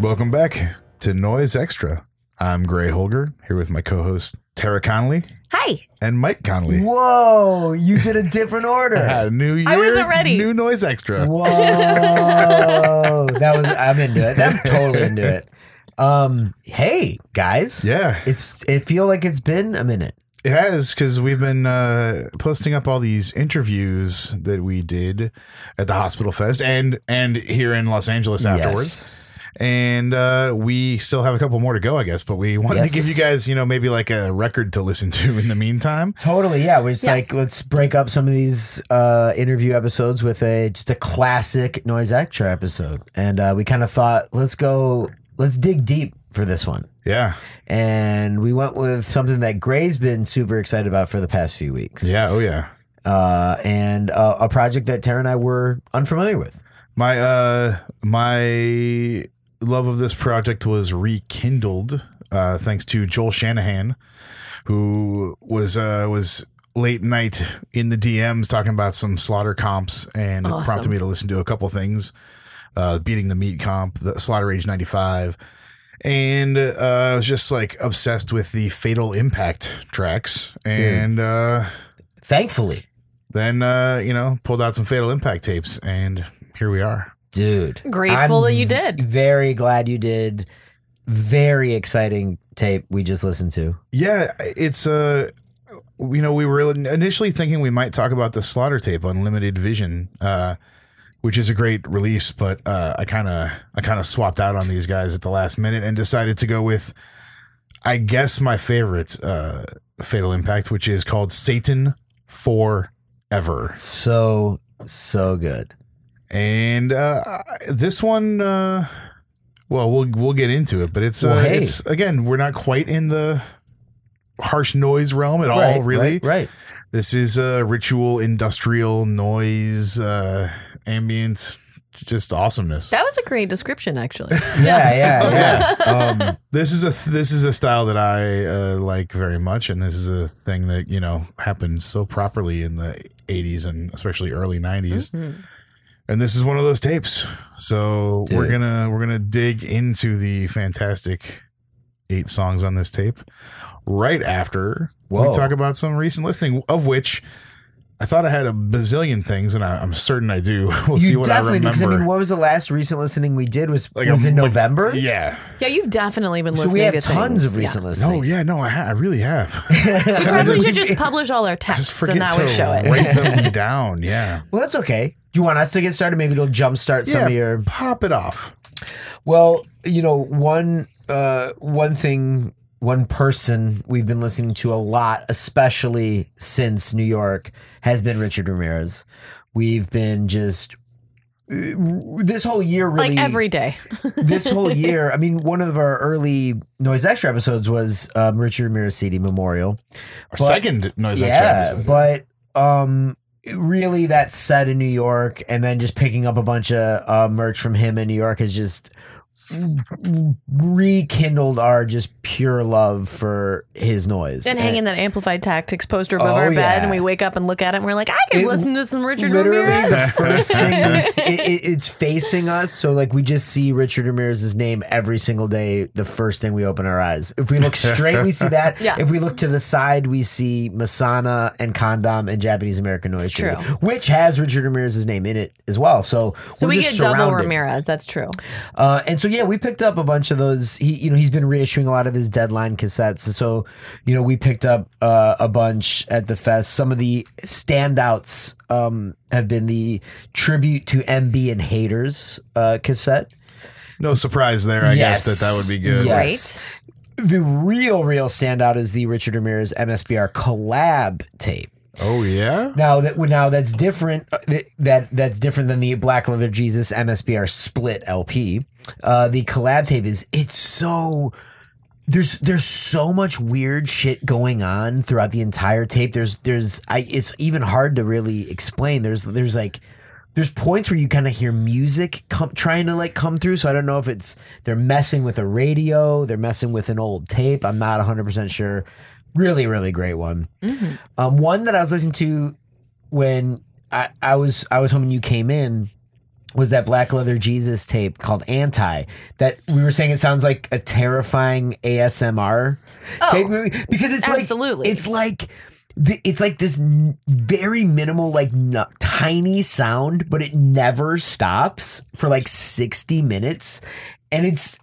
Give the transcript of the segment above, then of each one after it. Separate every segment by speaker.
Speaker 1: Welcome back to Noise Extra. I'm Gray Holger here with my co-host Tara Connolly
Speaker 2: Hi.
Speaker 1: and Mike Connolly.
Speaker 3: Whoa, you did a different order.
Speaker 1: Ah, new year,
Speaker 2: I wasn't ready.
Speaker 1: New Noise Extra.
Speaker 3: Whoa, that was I'm into it. I'm totally into it. Um, hey guys,
Speaker 1: Yeah,
Speaker 3: it's it feel like it's been a minute.
Speaker 1: it has because we've been uh, posting up all these interviews that we did at the Hospital Fest and and here in Los Angeles afterwards.
Speaker 3: Yes.
Speaker 1: and uh, we still have a couple more to go, I guess. But we wanted
Speaker 3: Yes.
Speaker 1: to give you guys, you know, maybe like a record to listen to in the meantime.
Speaker 3: Totally, yeah. We're just
Speaker 2: Yes.
Speaker 3: like let's break up some of these uh, interview episodes with a just a classic noise extra episode, and uh, we kind of thought let's go let's dig deep for this one,
Speaker 1: Yeah,
Speaker 3: and we went with something that Gray's been super excited about for the past few weeks.
Speaker 1: yeah, oh yeah.
Speaker 3: uh, and uh, a project that Tara and I were unfamiliar with.
Speaker 1: My uh, my love of this project was rekindled uh, thanks to Joel Shanahan, who was uh, was late night in the DMs talking about some slaughter comps and
Speaker 2: Awesome.
Speaker 1: prompted me to listen to a couple things, uh, beating the meat comp, the slaughter age ninety five. and uh, I was just like obsessed with the Fatal Impact tracks, and uh,
Speaker 3: Thankfully,
Speaker 1: then uh, you know pulled out some Fatal Impact tapes, and here we are.
Speaker 3: dude,
Speaker 2: Grateful that you
Speaker 3: v-
Speaker 2: did.
Speaker 3: Very glad you did. Very exciting tape we just listened to.
Speaker 1: Yeah, it's uh, you know we were initially thinking we might talk about the Slaughter tape, Unlimited Vision, uh, which is a great release, but uh, I kind of I kind of swapped out on these guys at the last minute and decided to go with, I guess my favorite uh, Fatal Impact, which is called Satan Forever.
Speaker 3: So so good.
Speaker 1: and uh, this one, uh, well, we'll we'll get into it, but it's uh,
Speaker 3: Well, hey.
Speaker 1: it's again, we're not quite in the harsh noise realm at all, really.
Speaker 3: right, right.
Speaker 1: This is uh, ritual, industrial noise, uh, ambient, just awesomeness.
Speaker 2: That was a great description, actually.
Speaker 3: Yeah,
Speaker 2: Oh,
Speaker 3: yeah, yeah. um,
Speaker 1: this is a this is a style that I uh, like very much, and this is a thing that you know happened so properly in the '80s and especially early '90s.
Speaker 2: Mhm.
Speaker 1: and this is one of those tapes. So we're
Speaker 3: Dude.
Speaker 1: gonna we're gonna dig into the fantastic eight songs on this tape right after
Speaker 3: Whoa.
Speaker 1: we talk about some recent listening, of which I thought I had a bazillion things, and I, I'm certain I do. We'll see
Speaker 3: you
Speaker 1: what I
Speaker 3: definitely
Speaker 1: remember.
Speaker 3: because I mean, what was the last recent listening we did was
Speaker 1: Like a
Speaker 3: was in
Speaker 1: mo-
Speaker 3: November.
Speaker 1: yeah.
Speaker 2: Yeah, you've definitely been
Speaker 3: So
Speaker 2: listening
Speaker 3: we have
Speaker 2: to
Speaker 3: tons
Speaker 2: things.
Speaker 3: of recent listening.
Speaker 1: No, yeah, no, I, ha- I really have.
Speaker 2: Yeah. You probably should just publish all our texts
Speaker 1: Just
Speaker 2: and
Speaker 1: forget
Speaker 2: that
Speaker 1: to
Speaker 2: would show it.
Speaker 1: write them down. Yeah.
Speaker 3: Well, that's okay. Do you want us to get started? Maybe it'll jumpstart some
Speaker 1: yeah,
Speaker 3: of your
Speaker 1: pop it off.
Speaker 3: Well, you know, one uh, one thing, one person we've been listening to a lot, especially since New York, has been Richard Ramirez. We've been just uh, this whole year really
Speaker 2: Like every day.
Speaker 3: this whole year. I mean, one of our early Noise Extra episodes was um, Richard Ramirez CD Memorial.
Speaker 1: Our
Speaker 3: But-
Speaker 1: second noise
Speaker 3: yeah,
Speaker 1: extra.
Speaker 3: but um, really, that set in New York, and then just picking up a bunch of uh, merch from him in New York has just rekindled our just pure love for his noise.
Speaker 2: And hanging that amplified tactics poster above
Speaker 3: Oh,
Speaker 2: our bed,
Speaker 3: yeah.
Speaker 2: and we wake up and look at it, and we're like, I can
Speaker 3: It-
Speaker 2: listen to some Richard
Speaker 3: Literally,
Speaker 2: Ramirez.
Speaker 3: the first thing we see, it, it- it's facing us, so like we just see Richard Ramirez's name every single day. The first thing we open our eyes. If we look straight, we see that.
Speaker 2: Yeah.
Speaker 3: If we look to the side, we see Masana and Condom and Japanese American Noise,
Speaker 2: It's true.
Speaker 3: Studio, which has Richard Ramirez's name in it as well. So,
Speaker 2: So
Speaker 3: we're
Speaker 2: we
Speaker 3: just
Speaker 2: get double
Speaker 3: surrounded.
Speaker 2: Ramirez. That's true.
Speaker 3: Uh, and so yeah, we picked up a bunch of those. He, you know, he's been reissuing a lot of his deadline cassettes. So, you know, we picked up uh, a bunch at the fest. Some of the standouts um, have been the tribute to MB and Haters uh, cassette.
Speaker 1: No surprise there, I guess, that that would be good.
Speaker 3: Yes. The real, real standout is the Richard Ramirez MSBR collab tape.
Speaker 1: Oh, yeah?
Speaker 3: Now that now that's different. uh, th- That that's different than the Black Leather Jesus MSBR split LP. Uh, the collab tape is it's so. There's there's so much weird shit going on throughout the entire tape. There's there's I it's even hard to really explain. There's there's like there's points where you kind of hear music come trying to like come through. So I don't know if it's they're messing with a radio, they're messing with an old tape. I'm not 100% sure. Really really great one. Um, one that I was listening to when I, I was I was home and you came in was that Black Leather Jesus tape called Anti that we were saying it sounds like a terrifying ASMR
Speaker 2: Oh,
Speaker 3: tape movie because it's
Speaker 2: absolutely.
Speaker 3: like it's like the, it's like this n- very minimal like n- tiny sound but it never stops for like 60 minutes and it's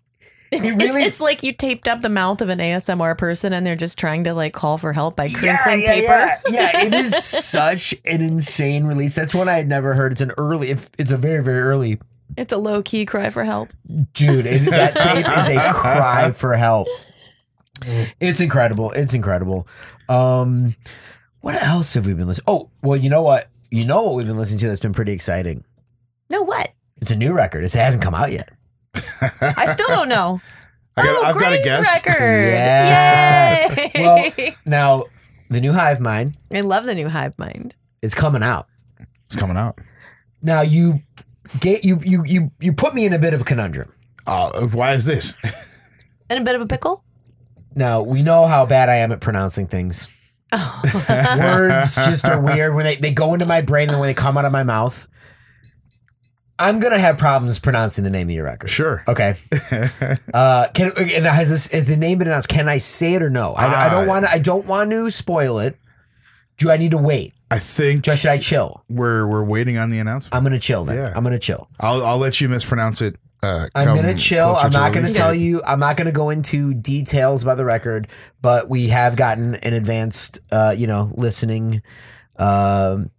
Speaker 2: It's,
Speaker 3: It really-
Speaker 2: it's, it's like you taped up the mouth of an ASMR person and they're just trying to like call for help by crinkling paper.
Speaker 3: Yeah, yeah, it is such an insane release. That's one I had never heard. It's an early, if it's a very, very early
Speaker 2: It's a low key cry for help.
Speaker 3: dude. It, that tape is a cry for help. It's incredible. It's incredible. Um, what else have we been listening? Oh, well, you know what? You know what we've been listening to that's been pretty exciting.
Speaker 2: No, what?
Speaker 3: It's a new record. It's, it hasn't come out yet.
Speaker 2: I still don't know.
Speaker 1: I got,
Speaker 2: oh,
Speaker 1: I've got a
Speaker 2: Green's
Speaker 1: guess.
Speaker 2: record.
Speaker 3: Yeah.
Speaker 2: Yay.
Speaker 3: Well- Now, the new Hive Mind
Speaker 2: I love the new hive mind.
Speaker 3: is coming out.
Speaker 1: It's coming out.
Speaker 3: Now you get you you you you put me in a bit of a conundrum.
Speaker 1: Uh, why is this?
Speaker 2: And a bit of a pickle?
Speaker 3: Now we know how bad I am at pronouncing things. Words just are weird when they, they go into my brain and when they come out of my mouth. I'm gonna have problems pronouncing the name of your record.
Speaker 1: Sure.
Speaker 3: Okay. Uh, can and has this is the name been announced? Can I say it or no? I, I don't
Speaker 1: Ah.
Speaker 3: want to. I don't want to spoil it. Do I need to wait?
Speaker 1: I think
Speaker 3: Do I, should I chill?
Speaker 1: we're we're waiting on the announcement.
Speaker 3: I'm gonna chill then.
Speaker 1: Yeah.
Speaker 3: I'm gonna chill.
Speaker 1: I'll I'll let you mispronounce it. Uh,
Speaker 3: I'm
Speaker 1: come
Speaker 3: gonna chill.
Speaker 1: closer
Speaker 3: I'm
Speaker 1: to
Speaker 3: not gonna
Speaker 1: release
Speaker 3: tell
Speaker 1: date.
Speaker 3: you. I'm not gonna go into details about the record, but we have gotten an advanced, uh, you know, listening, um,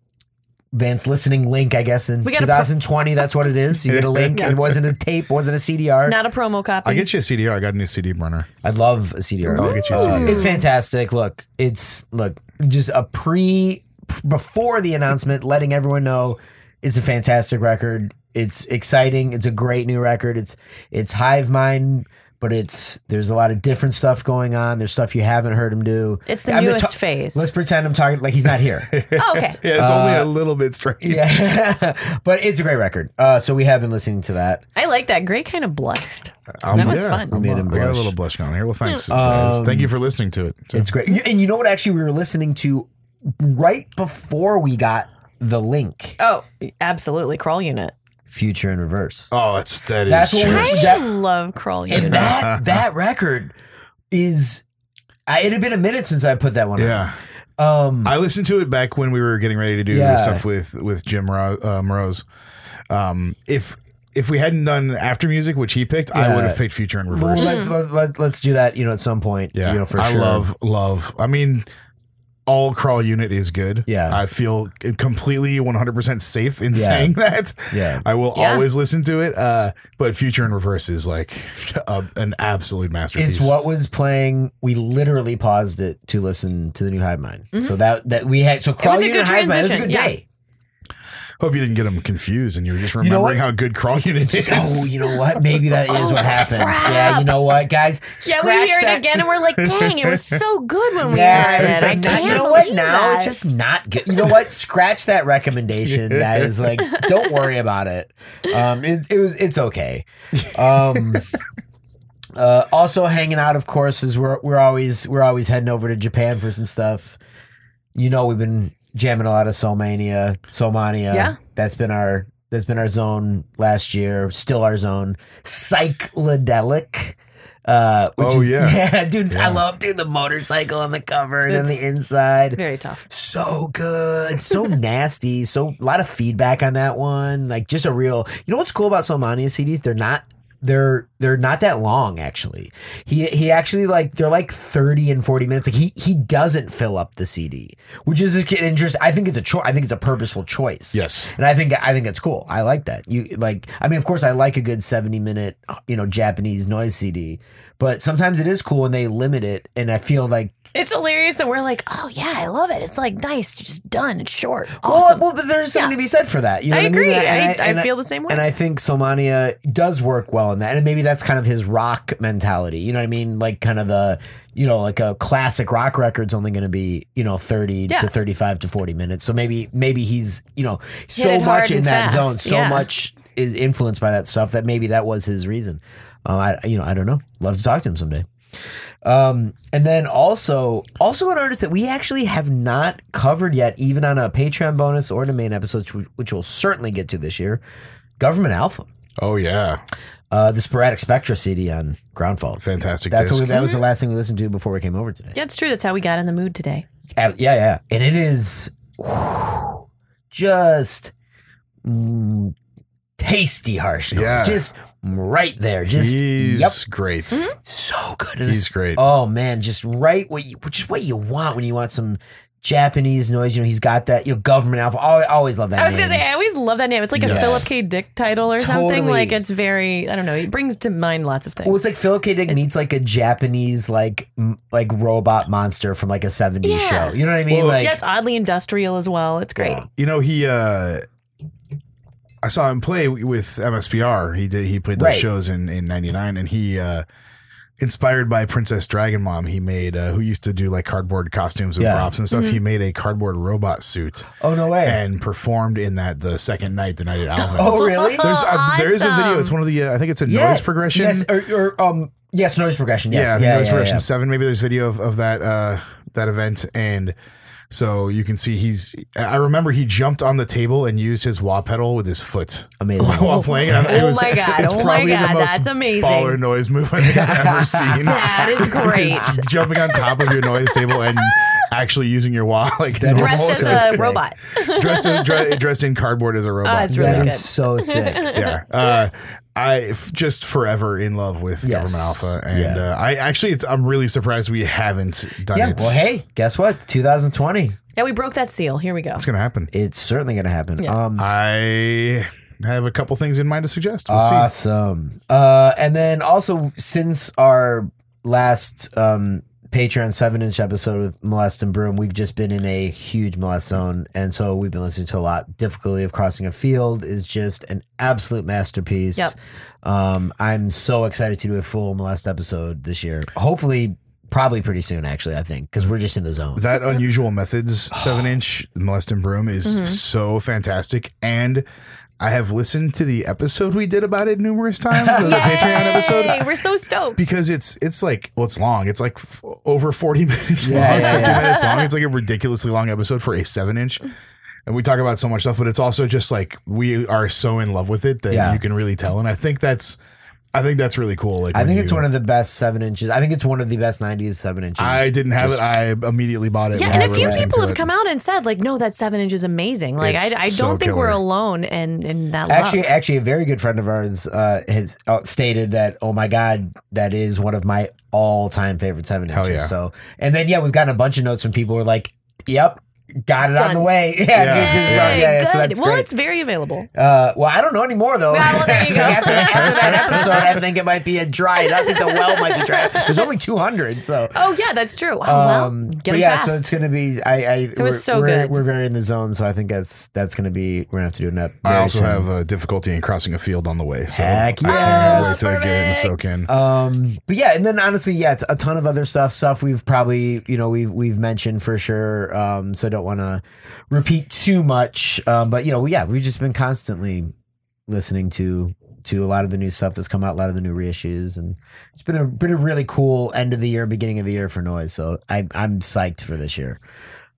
Speaker 3: advanced listening link. I guess in
Speaker 2: We got a pro-
Speaker 3: 2020, that's what it is. You get a link. It wasn't a tape. wasn't a CDR.
Speaker 2: Not a promo copy.
Speaker 1: I'll get you a CDR. I got a new CD burner.
Speaker 3: I love a CDR.
Speaker 1: I'll get you a CDR.
Speaker 3: It's fantastic. Look, it's look just a pre before the announcement, letting everyone know it's a fantastic record. It's exciting. It's a great new record. It's it's Hive Mind, but it's there's a lot of different stuff going on. There's stuff you haven't heard him do.
Speaker 2: It's the
Speaker 3: I'm gonna
Speaker 2: newest
Speaker 3: ta-
Speaker 2: phase.
Speaker 3: Let's pretend I'm talking like he's not here.
Speaker 2: Oh, okay.
Speaker 1: Yeah, it's only
Speaker 3: Uh,
Speaker 1: a little bit strange.
Speaker 3: yeah, but it's a great record. Uh, so we have been listening to that.
Speaker 2: I like that. Gray kind of blushed.
Speaker 1: Um,
Speaker 2: That was fun.
Speaker 1: I'm-
Speaker 3: Made
Speaker 1: I
Speaker 3: him
Speaker 1: got a
Speaker 3: blush. Um,
Speaker 1: little blush going here. Well, thanks. guys. Thank you for listening to it.
Speaker 3: It's great. You- And you know what? Actually, we were listening to right before we got the link.
Speaker 2: Oh, absolutely. Crawl unit.
Speaker 3: Future in reverse.
Speaker 1: oh, that's that is
Speaker 3: That's what
Speaker 1: true.
Speaker 3: we're-
Speaker 2: I
Speaker 3: That-
Speaker 2: love crawl
Speaker 3: And
Speaker 2: unit.
Speaker 3: that that record is I, it had been a minute since I put that one. Yeah.
Speaker 1: Yeah,
Speaker 3: Um
Speaker 1: I listened to it back when we were getting ready to do
Speaker 3: Yeah.
Speaker 1: stuff with with Jim Ro- uh, Morose. Um, if if we hadn't done after music, which he picked, I
Speaker 3: Yeah.
Speaker 1: would have picked Future in
Speaker 3: well,
Speaker 1: Reverse.
Speaker 3: let's, let, let, let's do that, you know, at some point.
Speaker 1: yeah,
Speaker 3: You know, for
Speaker 1: I
Speaker 3: sure.
Speaker 1: love love. I mean, all crawl unit is good.
Speaker 3: Yeah.
Speaker 1: I feel completely one hundred percent safe in
Speaker 3: Yeah.
Speaker 1: saying that.
Speaker 3: Yeah.
Speaker 1: I will
Speaker 2: Yeah.
Speaker 1: always listen to it. Uh, but Future in Reverse is like a, an absolute masterpiece.
Speaker 3: It's what was playing. We literally paused it to listen to the new Hive Mind. So that that we had so crawl
Speaker 2: Mm-hmm. was a
Speaker 3: Unit
Speaker 2: good
Speaker 3: and Hive Mind. It was a
Speaker 2: transition,
Speaker 3: good
Speaker 2: yeah.
Speaker 3: day.
Speaker 1: Hope you didn't get them confused and you were just
Speaker 3: know
Speaker 1: remembering
Speaker 3: what?
Speaker 1: how good crawl unit is.
Speaker 3: Oh, you know what? Maybe that is what happened. Yeah, you know what, guys?
Speaker 2: Oh, yeah,
Speaker 3: Scratch
Speaker 2: we hear
Speaker 3: that.
Speaker 2: it again and we're like, dang, it was so good when we
Speaker 3: Yeah,
Speaker 2: heard
Speaker 3: it's
Speaker 2: it. I
Speaker 3: like not,
Speaker 2: can't
Speaker 3: you know what?
Speaker 2: believe
Speaker 3: Now
Speaker 2: that.
Speaker 3: it's just not good. You know what? Scratch that recommendation, guys. Like, don't worry about it. Um, it, it was it's okay. Um, uh, also hanging out, of course, is we're we're always we're always heading over to Japan for some stuff. You know, we've been jamming a lot of Soulmania, Soulmania.
Speaker 2: Yeah.
Speaker 3: that's been our that's been our zone last year. Still our zone. Psychedelic. Uh, which
Speaker 1: Oh,
Speaker 3: is,
Speaker 1: yeah.
Speaker 3: yeah, dude, I love dude the motorcycle on the cover and on
Speaker 2: It's-
Speaker 3: the inside.
Speaker 2: it's very tough.
Speaker 3: So good, so nasty, so a lot of feedback on that one. Like just a real. You know what's cool about Solmania CDs? They're not they're they're not that long actually. He he actually like they're like thirty and forty minutes. Like he he doesn't fill up the CD, which is an interest. I think it's a choice. I think it's a purposeful choice.
Speaker 1: Yes.
Speaker 3: and I think I think it's cool. I like that. You like I mean, of course, I like a good seventy minute you know Japanese noise CD, but sometimes it is cool when they limit it, and I feel like
Speaker 2: It's hilarious that we're like, oh yeah, I love it. It's like nice, just done, it's short,
Speaker 3: Well,
Speaker 2: awesome.
Speaker 3: Well, but there's something
Speaker 2: Yeah.
Speaker 3: to be said for that. You know
Speaker 2: I
Speaker 3: what
Speaker 2: agree.
Speaker 3: I, mean?
Speaker 2: I- I feel the same way.
Speaker 3: And I think Somania does work well in that. And maybe that's kind of his rock mentality. You know what I mean? Like kind of the, you know, like a classic rock record's only going to be, you know, 30
Speaker 2: Yeah.
Speaker 3: to 35 to 40 minutes. So maybe, maybe he's, you know, so
Speaker 2: it hard
Speaker 3: much in
Speaker 2: and
Speaker 3: that
Speaker 2: fast.
Speaker 3: zone, so
Speaker 2: Yeah.
Speaker 3: much is influenced by that stuff that maybe that was his reason. Uh, I, you know, I don't know. Love to talk to him someday. Um, and then also, also an artist that we actually have not covered yet, even on a Patreon bonus or in a main episode, which, we, which we'll certainly get to this year. Government Alpha,
Speaker 1: Oh yeah,
Speaker 3: uh, the Sporadic Spectra CD on Ground Fault.
Speaker 1: fantastic.
Speaker 3: That's what
Speaker 1: disc.
Speaker 3: we, that was the
Speaker 2: Mm-hmm.
Speaker 3: last thing we listened to before we came over today.
Speaker 2: Yeah, it's true. That's how we got in the mood today.
Speaker 3: Uh, yeah, yeah. And it is whew, just mm, tasty harsh. notes.
Speaker 1: Yeah.
Speaker 3: Just right there. Just
Speaker 1: he's
Speaker 3: yep,
Speaker 1: great.
Speaker 3: so good. And
Speaker 1: He's
Speaker 3: it's-
Speaker 1: great.
Speaker 3: Oh man, just right what you just what you want when you want some Japanese noise. You know, he's got that, you know, government alpha. I always love that.
Speaker 2: I was gonna
Speaker 3: name.
Speaker 2: say I always love that name. It's like a
Speaker 1: Yes.
Speaker 2: Philip K. Dick title or something.
Speaker 3: Totally.
Speaker 2: Like it's very I don't know. It brings to mind lots of
Speaker 3: Well,
Speaker 2: things.
Speaker 3: it's like Philip K. Dick meets like a Japanese like m- like robot monster from like a '70s
Speaker 2: Yeah.
Speaker 3: show. You know what I mean?
Speaker 1: Well,
Speaker 3: like
Speaker 2: yeah, it's oddly industrial as well. It's great.
Speaker 1: You know he. uh I saw him play with MSPR. He did. He played those
Speaker 3: Right.
Speaker 1: shows in in '99, and he. uh Inspired by Princess Dragon Mom, he made uh, who used to do like cardboard costumes with
Speaker 3: Yeah. Mm-hmm.
Speaker 1: props and stuff. He made a cardboard robot suit
Speaker 3: oh no way.
Speaker 1: and performed in that the second night, the night at Alvin's.
Speaker 3: oh really?
Speaker 1: There's a, there is a video.
Speaker 2: Awesome.
Speaker 1: It's one of the uh, I think it's a
Speaker 3: Yeah.
Speaker 1: noise progression.
Speaker 3: Yes, or, or um, yes, noise progression.
Speaker 1: yeah, I
Speaker 3: Yes,
Speaker 1: think
Speaker 3: yeah, yeah,
Speaker 1: noise
Speaker 3: yeah,
Speaker 1: progression seven. Maybe there's video of, of that uh, that event, and so you can see he's. I remember he jumped on the table and used his wah pedal with his foot
Speaker 3: Amazing.
Speaker 1: while playing. And it
Speaker 2: Oh
Speaker 1: was-
Speaker 2: my God.
Speaker 1: It's
Speaker 2: Oh my
Speaker 1: probably the
Speaker 2: God.
Speaker 1: most
Speaker 2: That's amazing.
Speaker 1: Baller noise move I think I've ever seen.
Speaker 2: That is great.
Speaker 1: Is jumping on top of your noise table and actually using your wah like
Speaker 3: That
Speaker 1: normal.
Speaker 3: is
Speaker 2: Dressed
Speaker 3: Almost
Speaker 2: as
Speaker 3: sick.
Speaker 2: a robot.
Speaker 1: dressed in dre- dressed in cardboard as a robot.
Speaker 2: it's
Speaker 3: That
Speaker 2: really
Speaker 3: is
Speaker 2: good.
Speaker 3: so sick.
Speaker 1: yeah. Uh, I f- just forever in love with
Speaker 3: Yes.
Speaker 1: Government Alpha, and
Speaker 3: Yeah.
Speaker 1: uh, I actually, it's I'm really surprised we haven't done
Speaker 3: yeah.
Speaker 1: it.
Speaker 3: Well, hey, guess what? 2020.
Speaker 2: Yeah, we broke that seal. Here we go.
Speaker 1: it's gonna happen.
Speaker 3: It's certainly gonna happen.
Speaker 2: Yeah.
Speaker 3: Um,
Speaker 1: I have a couple things in mind to suggest. We'll see.
Speaker 3: Awesome. Uh, and then also since our last um, Patreon seven inch episode with Molest and Broom, we've just been in a huge molest zone, and so we've been listening to a lot. Difficulty of Crossing a Field is just an absolute masterpiece.
Speaker 2: Yep.
Speaker 3: Um, I'm so excited to do a full molest episode this year. Hopefully, probably pretty soon. Actually, I think because we're just in the zone.
Speaker 1: That unusual methods seven inch molest and broom is
Speaker 3: Mm-hmm.
Speaker 1: so fantastic, and I have listened to the episode we did about it numerous times. the, the Patreon episode.
Speaker 2: Yay! We're so stoked.
Speaker 1: because it's it's like well it's long it's like f- over 40 minutes
Speaker 3: Yeah,
Speaker 1: long
Speaker 3: yeah,
Speaker 1: 50
Speaker 3: yeah.
Speaker 1: minutes long it's like a ridiculously long episode for a 7 inch and we talk about so much stuff but it's also just like we are so in love with it that
Speaker 3: Yeah.
Speaker 1: you can really tell and i think that's i think that's really cool like
Speaker 3: I think it's one of the best seven inches. I think it's one of the best '90s seven inches.
Speaker 1: i didn't have it i immediately bought it
Speaker 2: Yeah,
Speaker 1: when
Speaker 2: and
Speaker 1: I
Speaker 2: a
Speaker 1: were
Speaker 2: few
Speaker 1: listening
Speaker 2: people
Speaker 1: to
Speaker 2: have
Speaker 1: it.
Speaker 2: come out and said, like, no, that seven inch is amazing. Like,
Speaker 1: It's
Speaker 2: I, I don't
Speaker 1: so
Speaker 2: think we're
Speaker 1: killer.
Speaker 2: alone in, in that
Speaker 3: Actually,
Speaker 2: love.
Speaker 3: actually, a very good friend of ours uh, has uh, stated that. Oh my God, that is one of my all-time favorite seven
Speaker 1: Hell
Speaker 3: inches.
Speaker 1: yeah.
Speaker 3: So, and then yeah, we've gotten a bunch of notes from people who are like, "Yep, got it on
Speaker 2: Done.
Speaker 3: the way." Yeah,
Speaker 1: Yeah.
Speaker 3: it just-
Speaker 2: Yay,
Speaker 3: yeah, yeah, So
Speaker 2: good.
Speaker 3: that's
Speaker 2: well,
Speaker 3: great.
Speaker 2: it's very available.
Speaker 3: uh, well, I don't know anymore though.
Speaker 2: Yeah, well, there you go.
Speaker 3: after, after that episode, I think it might be a dry. I think the well might be dry. There's only 200, so.
Speaker 2: Oh, yeah, that's true. Oh, wow.
Speaker 1: Um,
Speaker 2: Get
Speaker 3: Um, but
Speaker 2: it
Speaker 3: yeah,
Speaker 2: fast.
Speaker 3: so it's gonna be. I, I it
Speaker 2: was so
Speaker 3: we're,
Speaker 2: good.
Speaker 3: We're very in the zone, so I think that's that's gonna be. We're gonna have to do an up.
Speaker 1: i
Speaker 3: very
Speaker 1: also
Speaker 3: soon.
Speaker 1: have a difficulty in crossing a field on the way so
Speaker 3: Heck
Speaker 1: i
Speaker 3: yeah.
Speaker 1: can't wait to get in and
Speaker 2: Perfect.
Speaker 1: soak in
Speaker 3: Um, but yeah, and then honestly, yeah, it's a ton of other stuff. Stuff we've probably, you know, we've we've mentioned for sure. Um, so I don't want to repeat too much. Um, but you know, yeah, we've just been constantly listening to to a lot of the new stuff that's come out, a lot of the new reissues, and it's been a been a really cool end of the year, beginning of the year for noise. So I I'm psyched for this year.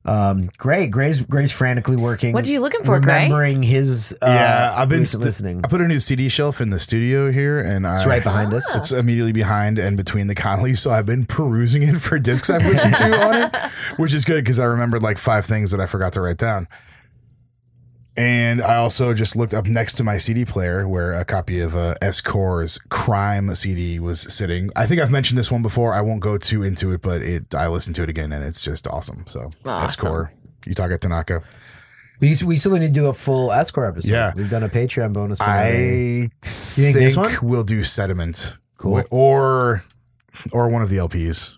Speaker 3: Um, Gray, Gray's Gray's frantically working.
Speaker 2: What are you looking for, Gray?
Speaker 3: remembering his uh,
Speaker 1: yeah i've been
Speaker 3: recent
Speaker 1: st-
Speaker 3: listening.
Speaker 1: i put a new cd shelf in the studio here and
Speaker 3: It's
Speaker 1: I,
Speaker 3: right behind us.
Speaker 1: It's immediately behind and between the Connollys, so I've been perusing it for discs I've listened to on it, which is good because I remembered like five things that I forgot to write down. And I also just looked up next to my CD player where a copy of uh, S Core's Crime CD was sitting. I think I've mentioned this one before. I won't go too into it, but it I listened to it again and it's just awesome. So S
Speaker 2: Awesome.
Speaker 1: Core, Yutaka Tanaka.
Speaker 3: We, we still need to do a full escort episode.
Speaker 1: Yeah.
Speaker 3: We've done a Patreon bonus. one already.
Speaker 1: I
Speaker 3: think
Speaker 1: think,
Speaker 3: this one?
Speaker 1: we'll do sediment.
Speaker 3: Cool.
Speaker 1: Or or one of the LPs.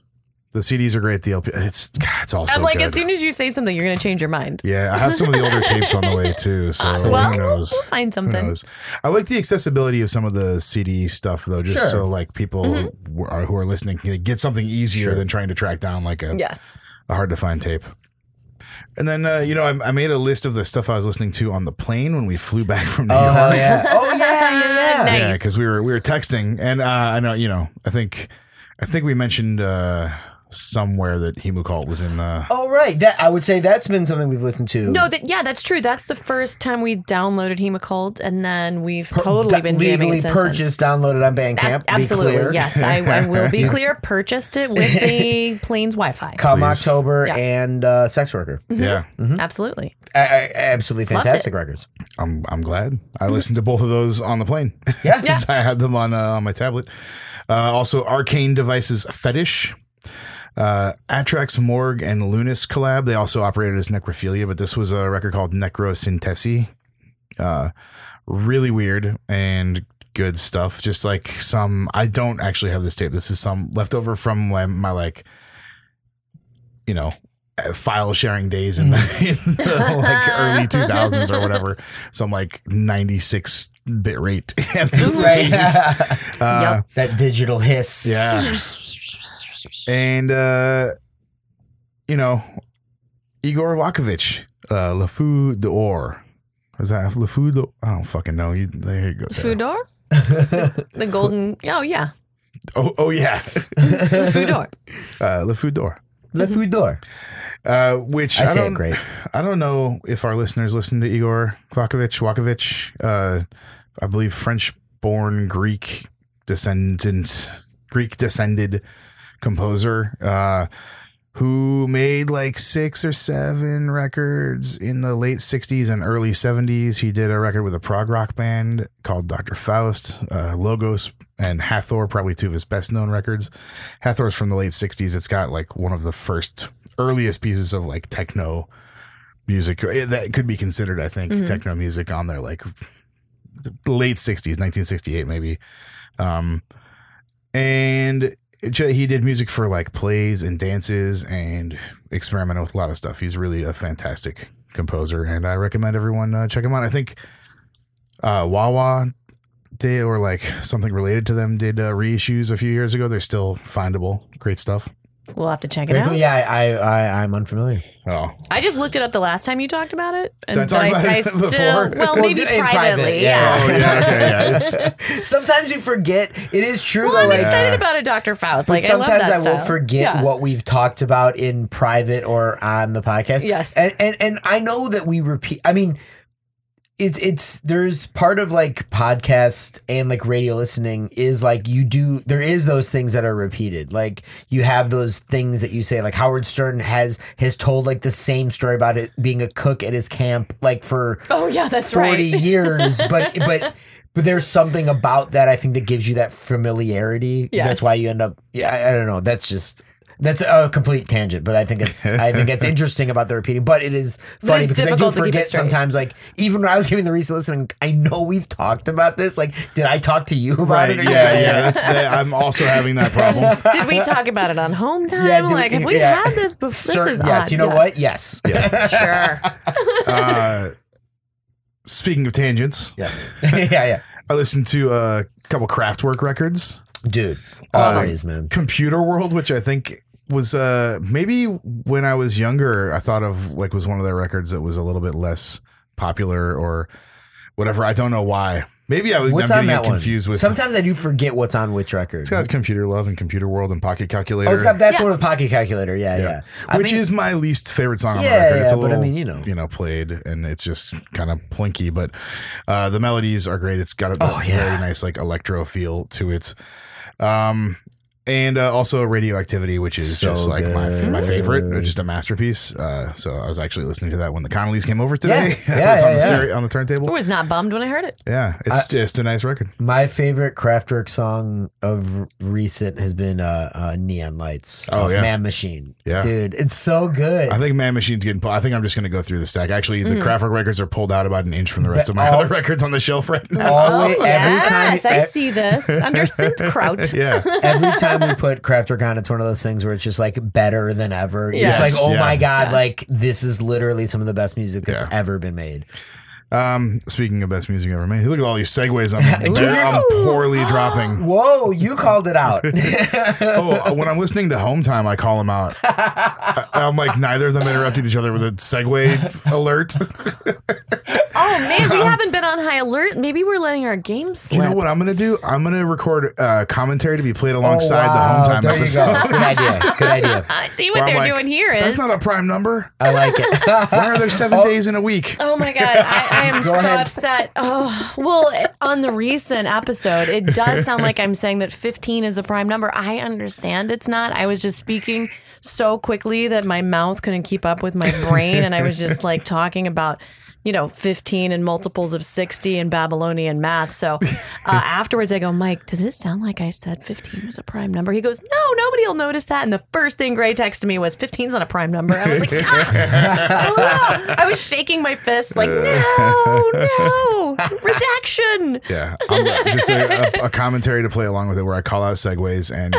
Speaker 1: The CDs are great. The LP it's God, it's also
Speaker 2: I'm like,
Speaker 1: good.
Speaker 2: as soon as you say something, you're going to change your mind.
Speaker 1: yeah, I have some of the older tapes on the way too. So
Speaker 2: well,
Speaker 1: who knows?
Speaker 2: we'll find
Speaker 1: Who
Speaker 2: something.
Speaker 1: knows? I like the accessibility of some of the CD stuff though, just
Speaker 3: Sure.
Speaker 1: so like people
Speaker 2: Mm-hmm.
Speaker 1: who are, who are listening can get something easier than trying to track down like a,
Speaker 2: Yes.
Speaker 1: a hard to find tape. And then uh, you know I, I made a list of the stuff I was listening to on the plane when we flew back from New
Speaker 3: oh,
Speaker 1: York.
Speaker 3: hell yeah. Oh, yeah, yeah, yeah.
Speaker 2: Nice.
Speaker 1: Yeah, because we were we were texting, and uh, I know you know. I think I think we mentioned uh, somewhere that Hemocult was in the.
Speaker 3: Oh right, that I would say that's been something we've listened to.
Speaker 2: No, that yeah, that's true. That's the first time we downloaded Hemocult, and then we've totally
Speaker 3: That
Speaker 2: been jamming
Speaker 3: legally
Speaker 2: it since then.
Speaker 3: purchased, downloaded on Bandcamp.
Speaker 2: A- absolutely,
Speaker 3: Be clear.
Speaker 2: yes. I, I will be clear. Purchased it with the planes Wi-Fi.
Speaker 3: Come
Speaker 1: Please.
Speaker 3: October
Speaker 2: Yeah.
Speaker 3: and uh, Sex Worker.
Speaker 1: Yeah,
Speaker 2: Absolutely.
Speaker 3: A- a- absolutely
Speaker 2: Loved
Speaker 3: fantastic records.
Speaker 1: I'm I'm glad I listened to both of those on the plane.
Speaker 3: Yeah.
Speaker 1: 'Cause I had them on uh, on my tablet. Uh, also, Arcane Devices Fetish, uh, Atrax Morgue, and Lunas collab. They also operated as Necrophilia, but this was a record called Necrosyntesi. Uh, really weird and good stuff. Just like some, I don't actually have this tape. This is some leftover from my, my like, you know. uh, File sharing days in the, in the like early 2000s or whatever, some like 96 bit rate. And the
Speaker 3: Right.
Speaker 1: things- uh,
Speaker 2: yep.
Speaker 3: that digital hiss.
Speaker 1: Yeah. And uh, you know, Igor Vakovich, uh, La Fou d'Or. Is that La Fou d'Or? I don't fucking know. You, there you go.
Speaker 2: Fudor, the golden. Oh yeah,
Speaker 1: Oh, oh yeah,
Speaker 2: Fudor.
Speaker 1: uh, La Fou d'Or.
Speaker 3: Le Food Door.
Speaker 1: Uh, which
Speaker 3: I
Speaker 1: I,
Speaker 3: say it
Speaker 1: don't,
Speaker 3: great.
Speaker 1: I don't know if our listeners listen to Igor Vakovich. Vakovich, uh, I believe French-born Greek descendant, Greek descended composer, uh, who made like six or seven records in the late '60s and early '70s. He did a record with a prog rock band called Dr. Faust, uh, Logos, and Hathor. Probably two of his best-known records. Hathor's from the late '60s. It's got like one of the first, earliest pieces of like techno music eh, that could be considered, I think, techno music on there, like the late '60s, 1968 maybe. Um, and it ju- he did music for like plays and dances and experimented with a lot of stuff. He's really a fantastic composer, and I recommend everyone uh, check him out. I think uh, Wawa did, or like something related to them, did uh, reissues a few years ago. They're still findable. Great stuff.
Speaker 2: We'll have to check it
Speaker 3: Very cool.
Speaker 2: out.
Speaker 3: Yeah, I, I, I, I'm unfamiliar.
Speaker 1: Oh,
Speaker 2: I just looked it up the last time you talked about it, and
Speaker 1: Did I talk
Speaker 2: but
Speaker 1: about
Speaker 2: I,
Speaker 1: it
Speaker 2: still
Speaker 1: before?
Speaker 2: well
Speaker 3: Well,
Speaker 2: maybe
Speaker 3: in private,
Speaker 2: privately.
Speaker 3: yeah.
Speaker 2: yeah.
Speaker 1: oh yeah, okay, yeah. It's,
Speaker 3: Sometimes you forget. It is true
Speaker 2: Well, I'm
Speaker 3: though. Like,
Speaker 2: excited about a Dr. Faust. Like, I love
Speaker 3: sometimes
Speaker 2: that
Speaker 3: I will
Speaker 2: style.
Speaker 3: forget
Speaker 2: Yeah.
Speaker 3: what we've talked about in private or on the podcast.
Speaker 2: Yes.
Speaker 3: and and, and I know that we repeat. I mean, it's it's there's part of like podcast and like radio listening is like you do there is those things that are repeated like you have those things that you say like Howard Stern has has told like the same story about it being a cook at his camp like for
Speaker 2: Oh yeah, that's
Speaker 3: 40
Speaker 2: right.
Speaker 3: years but but but there's something about that i think that gives you that familiarity
Speaker 2: Yes.
Speaker 3: that's why you end up yeah I, I don't know that's just that's a complete tangent but i think it's i think it's interesting about the repeating but it is funny
Speaker 2: it's
Speaker 3: because i do
Speaker 2: difficult to keep it
Speaker 3: forget
Speaker 2: straight.
Speaker 3: sometimes like even when i was giving the recent listening i know we've talked about this like did i talk to you about
Speaker 1: right,
Speaker 3: it or
Speaker 1: Uh, yeah, yeah. That's, that, I'm also having that problem.
Speaker 2: Did we talk about it on home time?
Speaker 3: Yeah, did we-
Speaker 2: like, have we
Speaker 3: yeah.
Speaker 2: had this before?
Speaker 3: Cer-
Speaker 2: this is
Speaker 3: yes
Speaker 2: odd.
Speaker 3: you know
Speaker 2: Yeah.
Speaker 3: what yes
Speaker 2: Sure.
Speaker 1: Uh, speaking of tangents,
Speaker 3: yeah yeah yeah
Speaker 1: I listened to uh, a couple Kraftwerk records.
Speaker 3: dude
Speaker 2: Um,
Speaker 3: always man
Speaker 1: Computer World, which I think was uh maybe when I was younger, I thought of like was one of their records that was a little bit less popular or whatever. I don't know why. Maybe I was
Speaker 3: what's
Speaker 1: I'm
Speaker 3: on
Speaker 1: getting
Speaker 3: that
Speaker 1: it
Speaker 3: one
Speaker 1: confused with
Speaker 3: sometimes i do forget what's on which record
Speaker 1: it's got Computer Love and Computer World and Pocket Calculator.
Speaker 3: Oh, it's got that's
Speaker 2: Yeah.
Speaker 3: one with pocket calculator. Yeah, yeah. I
Speaker 1: Which
Speaker 3: mean,
Speaker 1: is my least favorite song on
Speaker 3: Yeah,
Speaker 1: the record. It's a
Speaker 3: yeah, but I
Speaker 1: little,
Speaker 3: mean, you know.
Speaker 1: played, and it's just kind of plinky. But uh, the melodies are great. It's got a
Speaker 3: Oh, yeah.
Speaker 1: very nice like electro feel to it, um, and uh, also radioactivity, which is
Speaker 3: So
Speaker 1: just like my, my favorite,
Speaker 3: good.
Speaker 1: just a masterpiece. Uh, so I was actually listening to that when the Connollys came over today.
Speaker 3: Yeah,
Speaker 1: It
Speaker 3: yeah,
Speaker 1: was on,
Speaker 3: yeah,
Speaker 1: the
Speaker 3: yeah.
Speaker 1: stereo- on the
Speaker 2: I
Speaker 1: turntable.
Speaker 2: was not bummed when I heard it.
Speaker 1: Yeah, it's just a nice record.
Speaker 3: my favorite Kraftwerk song of recent has been uh, uh, "Neon Lights"
Speaker 1: Oh,
Speaker 3: of
Speaker 1: yeah.
Speaker 3: Man Machine.
Speaker 1: Yeah.
Speaker 3: dude, it's so good.
Speaker 1: I think Man Machine's getting. pulled. I think I'm just going to go through the stack. Actually, the Kraftwerk records are pulled out about an inch from the rest of my
Speaker 3: all-
Speaker 1: other records on the shelf right now.
Speaker 3: Always, Oh, every time,
Speaker 2: Oh, yes, I
Speaker 3: e-
Speaker 2: see this under synth kraut.
Speaker 1: Yeah.
Speaker 3: every time we put Kraftwerk on, it's one of those things where it's just like better than ever.
Speaker 2: Yes.
Speaker 3: It's like, oh
Speaker 1: Yeah.
Speaker 3: my god, like this is literally some of the best music that's
Speaker 1: Yeah.
Speaker 3: ever been made.
Speaker 1: Um, speaking of best music ever made, look at all these segues I'm,
Speaker 3: Look at-
Speaker 1: I'm poorly dropping.
Speaker 3: Whoa, you called it out.
Speaker 1: Oh, when I'm listening to Home Time, I call them out. I, am like neither of them interrupted each other with a segue alert.
Speaker 2: Oh man, we
Speaker 3: Um,
Speaker 2: haven't been on high alert. Maybe we're letting our game
Speaker 1: You know
Speaker 2: slip.
Speaker 1: what I'm gonna do? I'm gonna record uh, commentary to be played alongside the home time
Speaker 3: Oh, there
Speaker 1: episode.
Speaker 3: You go. Good idea. Good idea.
Speaker 2: I see what
Speaker 1: Where I'm
Speaker 2: they're
Speaker 1: like,
Speaker 2: doing here
Speaker 1: That's
Speaker 2: is.
Speaker 1: not a prime number.
Speaker 3: I like it.
Speaker 1: Why are there seven days in a week?
Speaker 2: Oh my god, I, I am so
Speaker 3: ahead.
Speaker 2: upset. Oh well, on the recent episode, it does sound like I'm saying that 15 is a prime number. I understand it's not. I was just speaking so quickly that my mouth couldn't keep up with my brain, and I was just like talking about. You know, 15 and multiples of 60 in Babylonian math. So uh, afterwards, I go, Mike, does this sound like I said 15 was a prime number? He goes, No, nobody will notice that. And the first thing Gray texted me was, 15's not a prime number. I was like, I was shaking my fist like, no, no, redaction.
Speaker 1: Yeah, I'm, uh, just a, a, a commentary to play along with it, where I call out segues and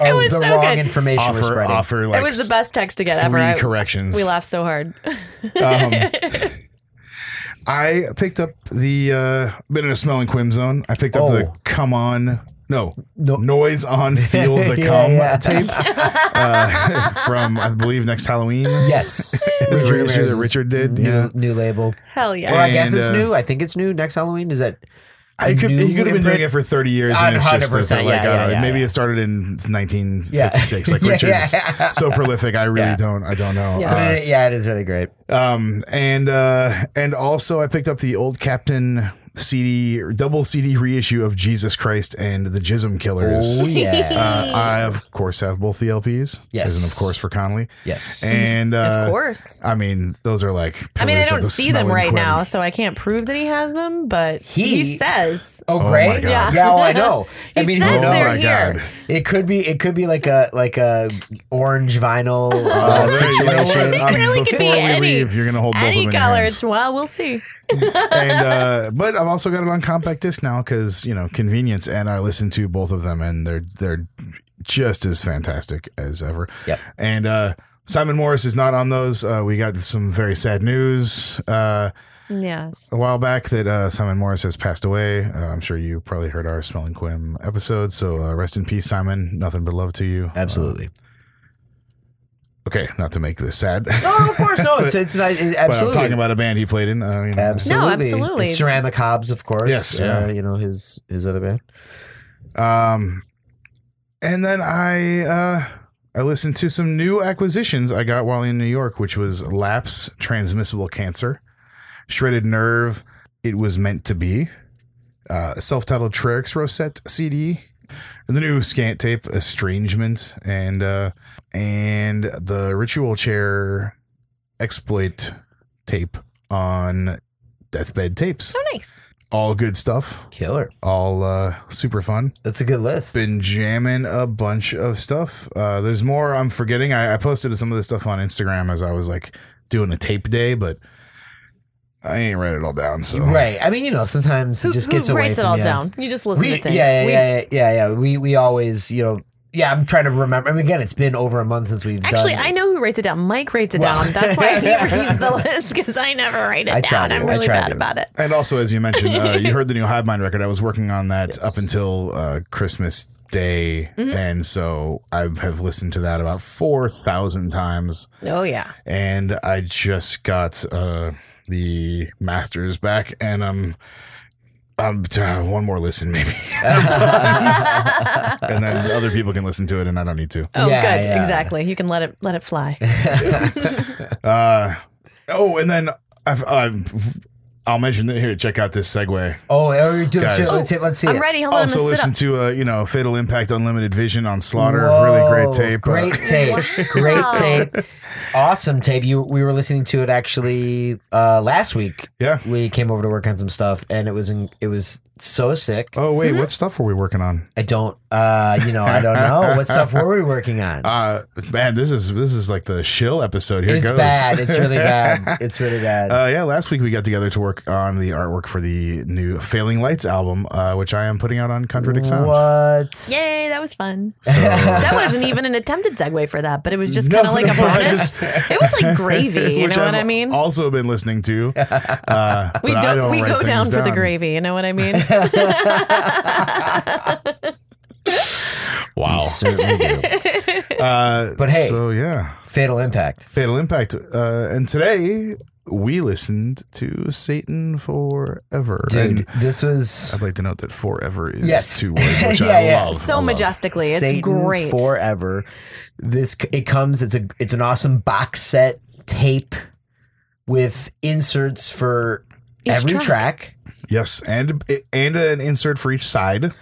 Speaker 3: Oh,
Speaker 2: was
Speaker 3: the
Speaker 2: so
Speaker 3: wrong
Speaker 2: good.
Speaker 3: information was
Speaker 1: offer
Speaker 3: spreading.
Speaker 1: offer like
Speaker 2: it was the best text to get ever.
Speaker 1: three
Speaker 2: I-
Speaker 1: corrections.
Speaker 2: we laughed so hard.
Speaker 1: I picked up the uh, been in a smell and quim zone. I picked up the
Speaker 3: Oh.
Speaker 1: come on no
Speaker 3: No-
Speaker 1: noise on feel the
Speaker 3: Yeah,
Speaker 1: come
Speaker 3: yeah.
Speaker 1: tape uh, from I believe next Halloween.
Speaker 3: Yes.
Speaker 1: The
Speaker 3: Richard
Speaker 1: reissue
Speaker 3: Ramirez's
Speaker 1: that Richard did.
Speaker 3: New,
Speaker 1: Yeah,
Speaker 3: new label.
Speaker 2: Hell
Speaker 3: Well,
Speaker 2: yeah.
Speaker 3: I guess
Speaker 1: And,
Speaker 3: it's
Speaker 1: uh,
Speaker 3: new. I think it's new next Halloween. Is that
Speaker 1: I could,
Speaker 3: new
Speaker 1: he could have been
Speaker 3: imprint?
Speaker 1: doing it for thirty years, and it's just that
Speaker 3: 100%,
Speaker 1: they're like
Speaker 3: yeah,
Speaker 1: I don't
Speaker 3: yeah,
Speaker 1: know,
Speaker 3: yeah,
Speaker 1: maybe
Speaker 3: yeah.
Speaker 1: it started in nineteen fifty six. Like
Speaker 3: Yeah,
Speaker 1: Richard's uh,
Speaker 3: yeah.
Speaker 1: so prolific, I really
Speaker 3: Yeah.
Speaker 1: don't. I don't know.
Speaker 2: Yeah.
Speaker 1: Uh,
Speaker 3: Uh, yeah, it is really great.
Speaker 1: Um, and uh, and also I picked up the old Captain CD double CD reissue of Jesus Christ and the Jism Killers.
Speaker 3: Oh yeah.
Speaker 1: Uh, I of course have both the LPs.
Speaker 3: Yes.
Speaker 1: as an of course for Conley.
Speaker 3: yes.
Speaker 1: And uh,
Speaker 2: Of course.
Speaker 1: I mean those are like.
Speaker 2: I mean, I
Speaker 1: pillars of
Speaker 2: don't
Speaker 1: the
Speaker 2: see them
Speaker 1: Smelling
Speaker 2: right
Speaker 1: Quinn.
Speaker 2: now, so I can't prove that he has them, but he,
Speaker 3: He-
Speaker 2: says.
Speaker 3: oh
Speaker 1: my God.
Speaker 3: great. yeah.
Speaker 1: Yeah.
Speaker 3: Yeah. Oh, I know.
Speaker 2: He
Speaker 3: I mean,
Speaker 2: says
Speaker 3: who
Speaker 1: Oh
Speaker 3: knows?
Speaker 2: they're
Speaker 1: my
Speaker 2: here.
Speaker 1: god!
Speaker 3: It could be. It could be like a like a orange vinyl uh,
Speaker 1: Alright, you know what?
Speaker 3: situation.
Speaker 1: I mean,
Speaker 2: really could be
Speaker 1: before we
Speaker 2: any-
Speaker 1: leave, you're gonna hold both of
Speaker 2: Any
Speaker 1: them in your hands.
Speaker 2: colors. Well, we'll see.
Speaker 1: and uh, but I've also got it on compact disc now because you know convenience, and I listen to both of them, and they're they're just as fantastic as ever.
Speaker 3: Yep.
Speaker 1: And uh, Simon Morris is not on those. Uh, we got some very sad news uh,
Speaker 2: Yes.
Speaker 1: a while back that uh, Simon Morris has passed away. Uh, I'm sure you probably heard our Smelling Quim episode. So uh, rest in peace, Simon. Nothing but love to you. Uh,
Speaker 3: Absolutely.
Speaker 1: Okay, not to make this sad.
Speaker 3: No, of course, no. It's it's nice.
Speaker 1: But
Speaker 3: It,
Speaker 1: uh, I'm
Speaker 3: absolutely.
Speaker 1: talking about a band he played in. Uh, you know.
Speaker 3: absolutely.
Speaker 2: No, absolutely.
Speaker 3: It's Ceramic Hobbs, of course.
Speaker 1: Yes,
Speaker 3: Uh,
Speaker 1: yeah.
Speaker 3: you know his his other band.
Speaker 1: Um, and then I uh, I listened to some new acquisitions I got while in New York, which was Lapse Transmissible Cancer, Shredded Nerve, It Was Meant to Be, uh, self titled Trerix Rosette CD, the new Scant Tape Estrangement, and uh, and the Ritual Chair Exploit tape on Deathbed Tapes.
Speaker 2: So nice.
Speaker 1: All good stuff.
Speaker 3: Killer.
Speaker 1: All uh, super fun
Speaker 3: That's a good list.
Speaker 1: been jamming a bunch of stuff. Uh, there's more I'm forgetting. I, I posted some of this stuff on Instagram as I was like doing a tape day, but I ain't write it all down. So
Speaker 3: Right. I mean, you know, sometimes
Speaker 2: Who,
Speaker 3: it just
Speaker 2: who
Speaker 3: gets away
Speaker 2: writes it
Speaker 3: from
Speaker 2: all
Speaker 3: you.
Speaker 2: down? You just listen
Speaker 3: We, yeah,
Speaker 2: to things.
Speaker 3: yeah,
Speaker 2: We-
Speaker 3: yeah, yeah, yeah. We we always, you know, yeah. I'm trying to remember. I mean, again, it's been over a month since we've
Speaker 2: Actually,
Speaker 3: done.
Speaker 2: I know who writes it down. Mike writes it
Speaker 3: Well-
Speaker 2: down. That's why he reads the list because I never write it
Speaker 3: I try
Speaker 2: down.
Speaker 3: to.
Speaker 2: I'm
Speaker 3: I
Speaker 2: really
Speaker 3: try
Speaker 2: bad
Speaker 3: to.
Speaker 2: about it.
Speaker 1: And also, as you mentioned, uh, you heard the new Hive Mind record. I was working on that up until uh, Christmas Day, and so I have listened to that about four thousand times.
Speaker 2: Oh yeah.
Speaker 1: and I just got uh, the masters back, and I'm. Um, one more listen, maybe, and then other people can listen to it, and I don't need to.
Speaker 2: Oh,
Speaker 3: Yeah,
Speaker 2: good.
Speaker 3: yeah.
Speaker 2: Exactly. You can let it let it fly.
Speaker 1: Uh, oh, and then I've, I've, I'll mention that here. Check out this segue.
Speaker 3: Oh, oh, dude,
Speaker 1: Guys.
Speaker 3: so let's see. Let's see.
Speaker 2: I'm
Speaker 3: it.
Speaker 2: ready. Hold on. I'm
Speaker 1: Also,
Speaker 2: gonna sit
Speaker 1: listen
Speaker 2: up.
Speaker 1: to uh, you know, Fatal Impact, Unlimited Vision on Slaughter.
Speaker 3: Whoa,
Speaker 1: really great tape. Uh,
Speaker 3: Great tape. Great
Speaker 2: Wow.
Speaker 3: tape. Awesome tape. You we were listening to it actually uh, last week.
Speaker 1: yeah.
Speaker 3: We came over to work on some stuff, and it was in, it was so sick.
Speaker 1: Oh wait, what stuff were we working on?
Speaker 3: I don't, uh, you know, I don't know what stuff were we working on.
Speaker 1: Uh, man, this is this is like the shill episode. Here
Speaker 3: it's
Speaker 1: goes.
Speaker 3: bad. It's really bad. It's really bad.
Speaker 1: Uh, yeah, last week we got together to work on the artwork for the new Failing Lights album, uh, which I am putting out on Contradict Sound.
Speaker 3: what?
Speaker 2: Yay, that was fun.
Speaker 1: So-
Speaker 2: That wasn't even an attempted segue for that, but it was just
Speaker 1: No,
Speaker 2: kind of like a
Speaker 1: no, I
Speaker 2: bonus.
Speaker 1: just-
Speaker 2: it was like gravy. You know
Speaker 1: which
Speaker 2: what
Speaker 1: I've
Speaker 2: I mean?
Speaker 1: Also been listening to. Uh,
Speaker 2: we
Speaker 1: but I
Speaker 2: don't, we
Speaker 1: write
Speaker 2: go
Speaker 1: things
Speaker 2: down, for the
Speaker 1: down.
Speaker 2: gravy. You know what I mean?
Speaker 3: You
Speaker 1: Wow.
Speaker 3: certainly do.
Speaker 1: Uh,
Speaker 3: But hey.
Speaker 1: so yeah,
Speaker 3: Fatal Impact.
Speaker 1: Fatal Impact. Uh, and today we listened to Satan Forever.
Speaker 3: Dude,
Speaker 1: And
Speaker 3: this was
Speaker 1: I'd like to note that forever is
Speaker 3: Yes.
Speaker 1: two words, which
Speaker 3: Yeah,
Speaker 1: I
Speaker 3: yeah.
Speaker 1: love. I
Speaker 2: so
Speaker 1: love.
Speaker 2: majestically. It's
Speaker 3: Satan
Speaker 2: great.
Speaker 3: forever. This c- it comes. It's a it's an awesome box set tape with inserts for
Speaker 2: Each
Speaker 3: every
Speaker 2: track.
Speaker 3: track.
Speaker 1: Yes, and and an insert for each side,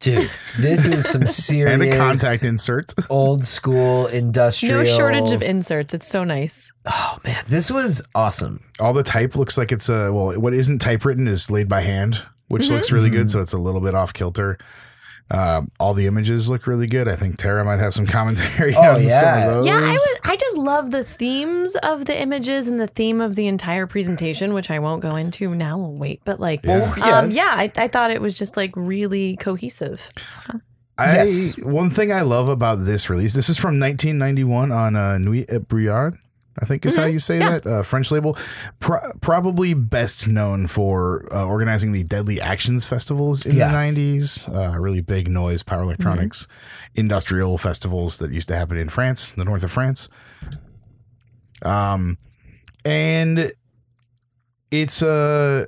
Speaker 3: Dude, this is some serious
Speaker 1: and a contact insert.
Speaker 3: old school industrial.
Speaker 2: no shortage of inserts. It's so nice.
Speaker 3: Oh man, this was awesome.
Speaker 1: All the type looks like it's a well, what isn't typewritten is laid by hand, which looks really
Speaker 3: Mm-hmm.
Speaker 1: good. So it's a little bit off kilter. Um, all the images look really good. I think Tara might have some commentary
Speaker 3: Oh,
Speaker 1: on some
Speaker 3: yeah.
Speaker 1: of those.
Speaker 2: Yeah, I was. I just love the themes of the images and the theme of the entire presentation, which I won't go into now. We'll wait, but like,
Speaker 1: Yeah.
Speaker 2: um, yeah, I, I thought it was just like really cohesive.
Speaker 1: I
Speaker 3: Yes.
Speaker 1: one thing I love about this release. This is from 1991 on uh, Nuit et Brouillard. I think
Speaker 3: Mm-hmm.
Speaker 1: is how you say that uh, French label, Pro- probably best known for uh, organizing the Deadly Actions festivals in
Speaker 3: Yeah. Mm-hmm.
Speaker 1: the '90s. Uh, really big noise, power electronics, industrial festivals that used to happen in France, the north of France. Um, and it's uh,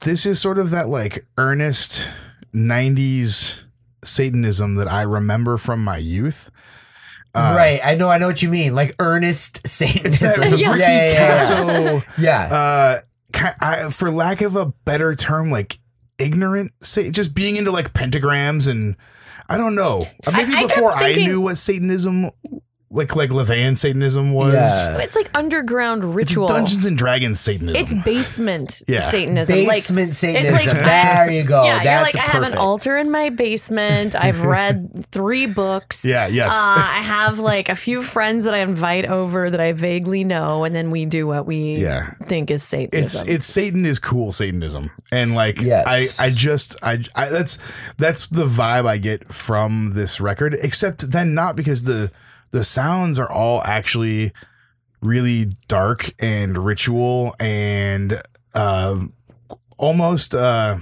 Speaker 1: this is sort of that like earnest '90s Satanism that I remember from my youth. Uh,
Speaker 3: right, I know, I know what you mean. Like earnest Satanism.
Speaker 1: It's that
Speaker 2: Yeah.
Speaker 1: Ricky
Speaker 3: yeah, yeah, yeah.
Speaker 1: Casso,
Speaker 3: yeah.
Speaker 1: uh, ki- I, for lack of a better term, like ignorant, sa- just being into like pentagrams and I don't know. Uh, Maybe
Speaker 2: I kept
Speaker 1: before I
Speaker 2: thinking-
Speaker 1: knew what Satanism, like like Levan Satanism was.
Speaker 3: Yeah.
Speaker 2: It's like underground
Speaker 1: It's
Speaker 2: ritual.
Speaker 1: Dungeons and Dragons Satanism.
Speaker 2: It's basement
Speaker 1: Yeah.
Speaker 2: Satanism. like,
Speaker 3: Basement Satanism.
Speaker 2: it's like-
Speaker 3: there you go.
Speaker 2: yeah,
Speaker 3: That's
Speaker 2: you're like, I
Speaker 3: perfect.
Speaker 2: have an altar in my basement. I've read three books.
Speaker 1: yeah. Yes.
Speaker 2: Uh, I have like a few friends that I invite over that I vaguely know, and then we do what we
Speaker 1: Yeah.
Speaker 2: think is Satanism.
Speaker 1: it's it's Satan is cool Satanism, and like
Speaker 3: Yes.
Speaker 1: I I just I, I that's that's the vibe I get from this record. Except then not because the the sounds are all actually really dark and ritual and uh, almost uh,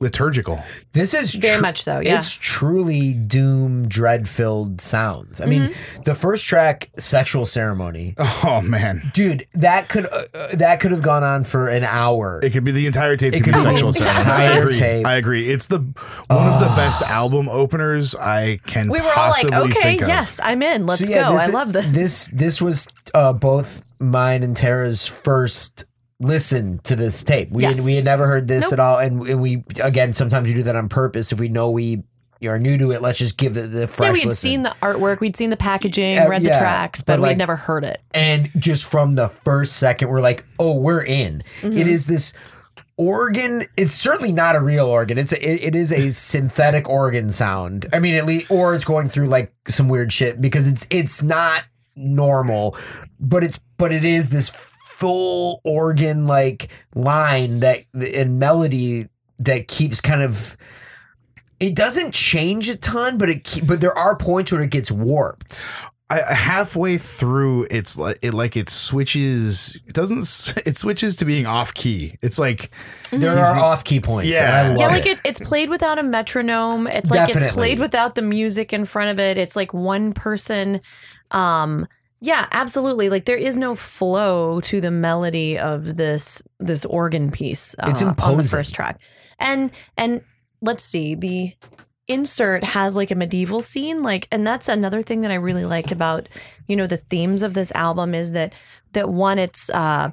Speaker 1: liturgical.
Speaker 3: This is
Speaker 2: Very
Speaker 3: tru-
Speaker 2: much so, yeah.
Speaker 3: It's truly doom dread filled sounds. I mean,
Speaker 2: Mm-hmm.
Speaker 3: the first track, "Sexual Ceremony,"
Speaker 1: Oh man,
Speaker 3: dude, that could uh, uh, that could have gone on for an hour.
Speaker 1: it could be the entire tape. Could,
Speaker 3: could
Speaker 1: be
Speaker 3: be
Speaker 1: sexual
Speaker 3: the
Speaker 1: sound. I
Speaker 3: entire
Speaker 1: agree.
Speaker 3: tape.
Speaker 1: I agree. It's the one of the best album openers I can.
Speaker 2: we were all like,
Speaker 1: possibly
Speaker 2: okay,
Speaker 1: think of.
Speaker 2: yes, I'm in. Let's
Speaker 3: So, yeah,
Speaker 2: go.
Speaker 3: This,
Speaker 2: I love this.
Speaker 3: This this was uh, both mine and Tara's first listen to this tape. We
Speaker 2: Yes.
Speaker 3: had, we had never heard this
Speaker 2: Nope.
Speaker 3: at all, and, and we again sometimes we do that on purpose if we know we are new to it. Let's just give it the fresh.
Speaker 2: yeah, we'd
Speaker 3: listen.
Speaker 2: seen the artwork, we'd seen the packaging,
Speaker 3: Yeah,
Speaker 2: read
Speaker 3: yeah,
Speaker 2: the tracks, but,
Speaker 3: but, like-
Speaker 2: we'd never heard it.
Speaker 3: and just from the first second we're like oh we're in It is this organ it's certainly not a real organ it's a, it, it is a synthetic organ sound i mean at least or it's going through like some weird shit because it's it's not normal but it's but it is this full organ like line that and melody that keeps kind of it doesn't change a ton but it keep, but there are points where it gets warped
Speaker 1: I, halfway through, it's like it like it switches. It doesn't. s- It switches to being off key. It's like
Speaker 3: there are off key points and I
Speaker 1: Yeah.
Speaker 3: love
Speaker 2: Yeah,
Speaker 3: it.
Speaker 2: like it, it's played without a metronome. It's like it's
Speaker 3: Definitely.
Speaker 2: played without the music in front of it. It's like one person. Um, yeah, absolutely. Like there is no flow to the melody of this this organ piece. Uh,
Speaker 3: It's
Speaker 2: on the
Speaker 3: imposing.
Speaker 2: first track, and and let's see the insert has like a medieval scene like and that's another thing that i really liked about you know the themes of this album is that that one it's uh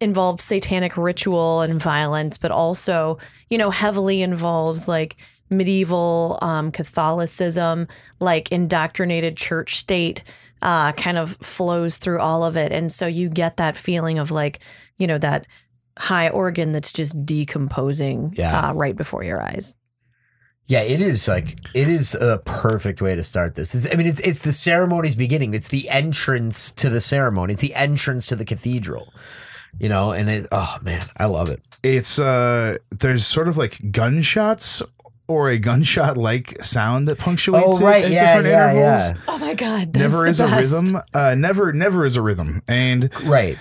Speaker 2: involves satanic ritual and violence but also you know heavily involves like medieval um catholicism like indoctrinated church state uh kind of flows through all of it and so you get that feeling of like you know that high organ that's just decomposing
Speaker 3: Yeah.
Speaker 2: uh, right before your eyes
Speaker 3: Yeah, it is like it is a perfect way to start this. It's, I mean, it's it's the ceremony's beginning. It's the entrance to the ceremony. It's the entrance to the cathedral. You know, and it, oh man, I love it.
Speaker 1: it's uh. There's sort of like gunshots or a gunshot like sound that
Speaker 3: Oh,
Speaker 1: punctuates it at different intervals.
Speaker 2: oh my god
Speaker 1: Never is a rhythm. Uh, never, never is a rhythm, and
Speaker 3: Right.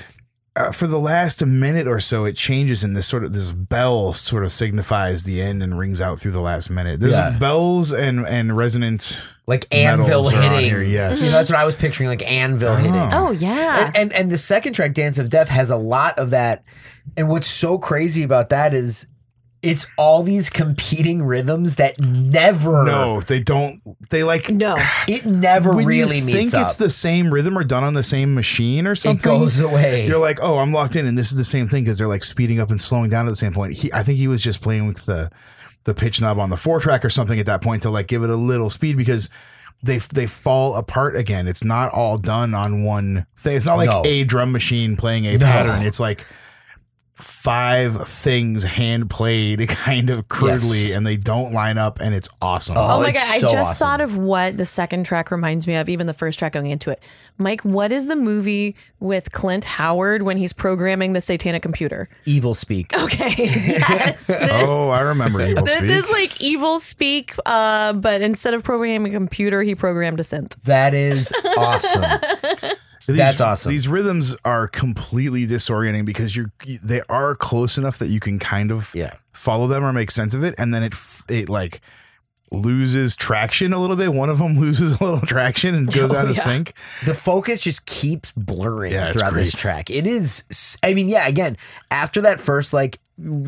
Speaker 1: uh, for the last minute or so, it changes, and this sort of this bell sort of signifies the end and rings out through the last minute. There's
Speaker 3: Yeah.
Speaker 1: bells and and resonant.
Speaker 3: like anvil
Speaker 1: Metals are on
Speaker 3: hitting.
Speaker 1: here, yes.
Speaker 3: You know, that's what I was picturing, like anvil hitting.
Speaker 2: Oh yeah.
Speaker 3: And, and and the second track, Dance of Death, has a lot of that. And what's so crazy about that is it's all these competing rhythms that never
Speaker 1: No, they don't. They like
Speaker 2: no.
Speaker 3: it never
Speaker 1: when
Speaker 3: really
Speaker 1: you
Speaker 3: meets
Speaker 1: think
Speaker 3: up.
Speaker 1: it's the same rhythm or done on the same machine or
Speaker 3: it
Speaker 1: something.
Speaker 3: goes away.
Speaker 1: You're like, oh, I'm locked in, and this is the same thing because they're like speeding up and slowing down at the same point. He, I think he was just playing with the the pitch knob on the four track or something at that point to like give it a little speed because they they fall apart again. It's not all done on one thing. It's not like
Speaker 3: No.
Speaker 1: a drum machine playing a
Speaker 3: No.
Speaker 1: pattern. It's like five things hand played kind of crudely
Speaker 3: Yes.
Speaker 1: and they don't line up and it's awesome.
Speaker 3: Oh,
Speaker 2: Oh, my
Speaker 3: it's
Speaker 2: god!
Speaker 3: so
Speaker 2: I just
Speaker 3: awesome.
Speaker 2: thought of what the second track reminds me of, even the first track going into it. Mike, what is the movie with Clint Howard when he's programming the satanic computer?
Speaker 3: Evil speak.
Speaker 2: Okay, yes, this,
Speaker 1: Oh, I remember Evil
Speaker 2: this
Speaker 1: Speak.
Speaker 2: is like evil speak, uh, but instead of programming a computer, he programmed a synth.
Speaker 3: That is awesome.
Speaker 1: These-
Speaker 3: That's awesome.
Speaker 1: These rhythms are completely disorienting because you're they are close enough that you can kind of
Speaker 3: Yeah.
Speaker 1: follow them or make sense of it, and then it f- it like loses traction a little bit. One of them loses a little traction and goes
Speaker 3: Oh,
Speaker 1: out of
Speaker 2: yeah.
Speaker 1: sync.
Speaker 3: the focus just keeps blurring
Speaker 1: Yeah, it's
Speaker 3: throughout this
Speaker 1: great.
Speaker 3: track. It is, s- I mean, yeah, again, after that first, like,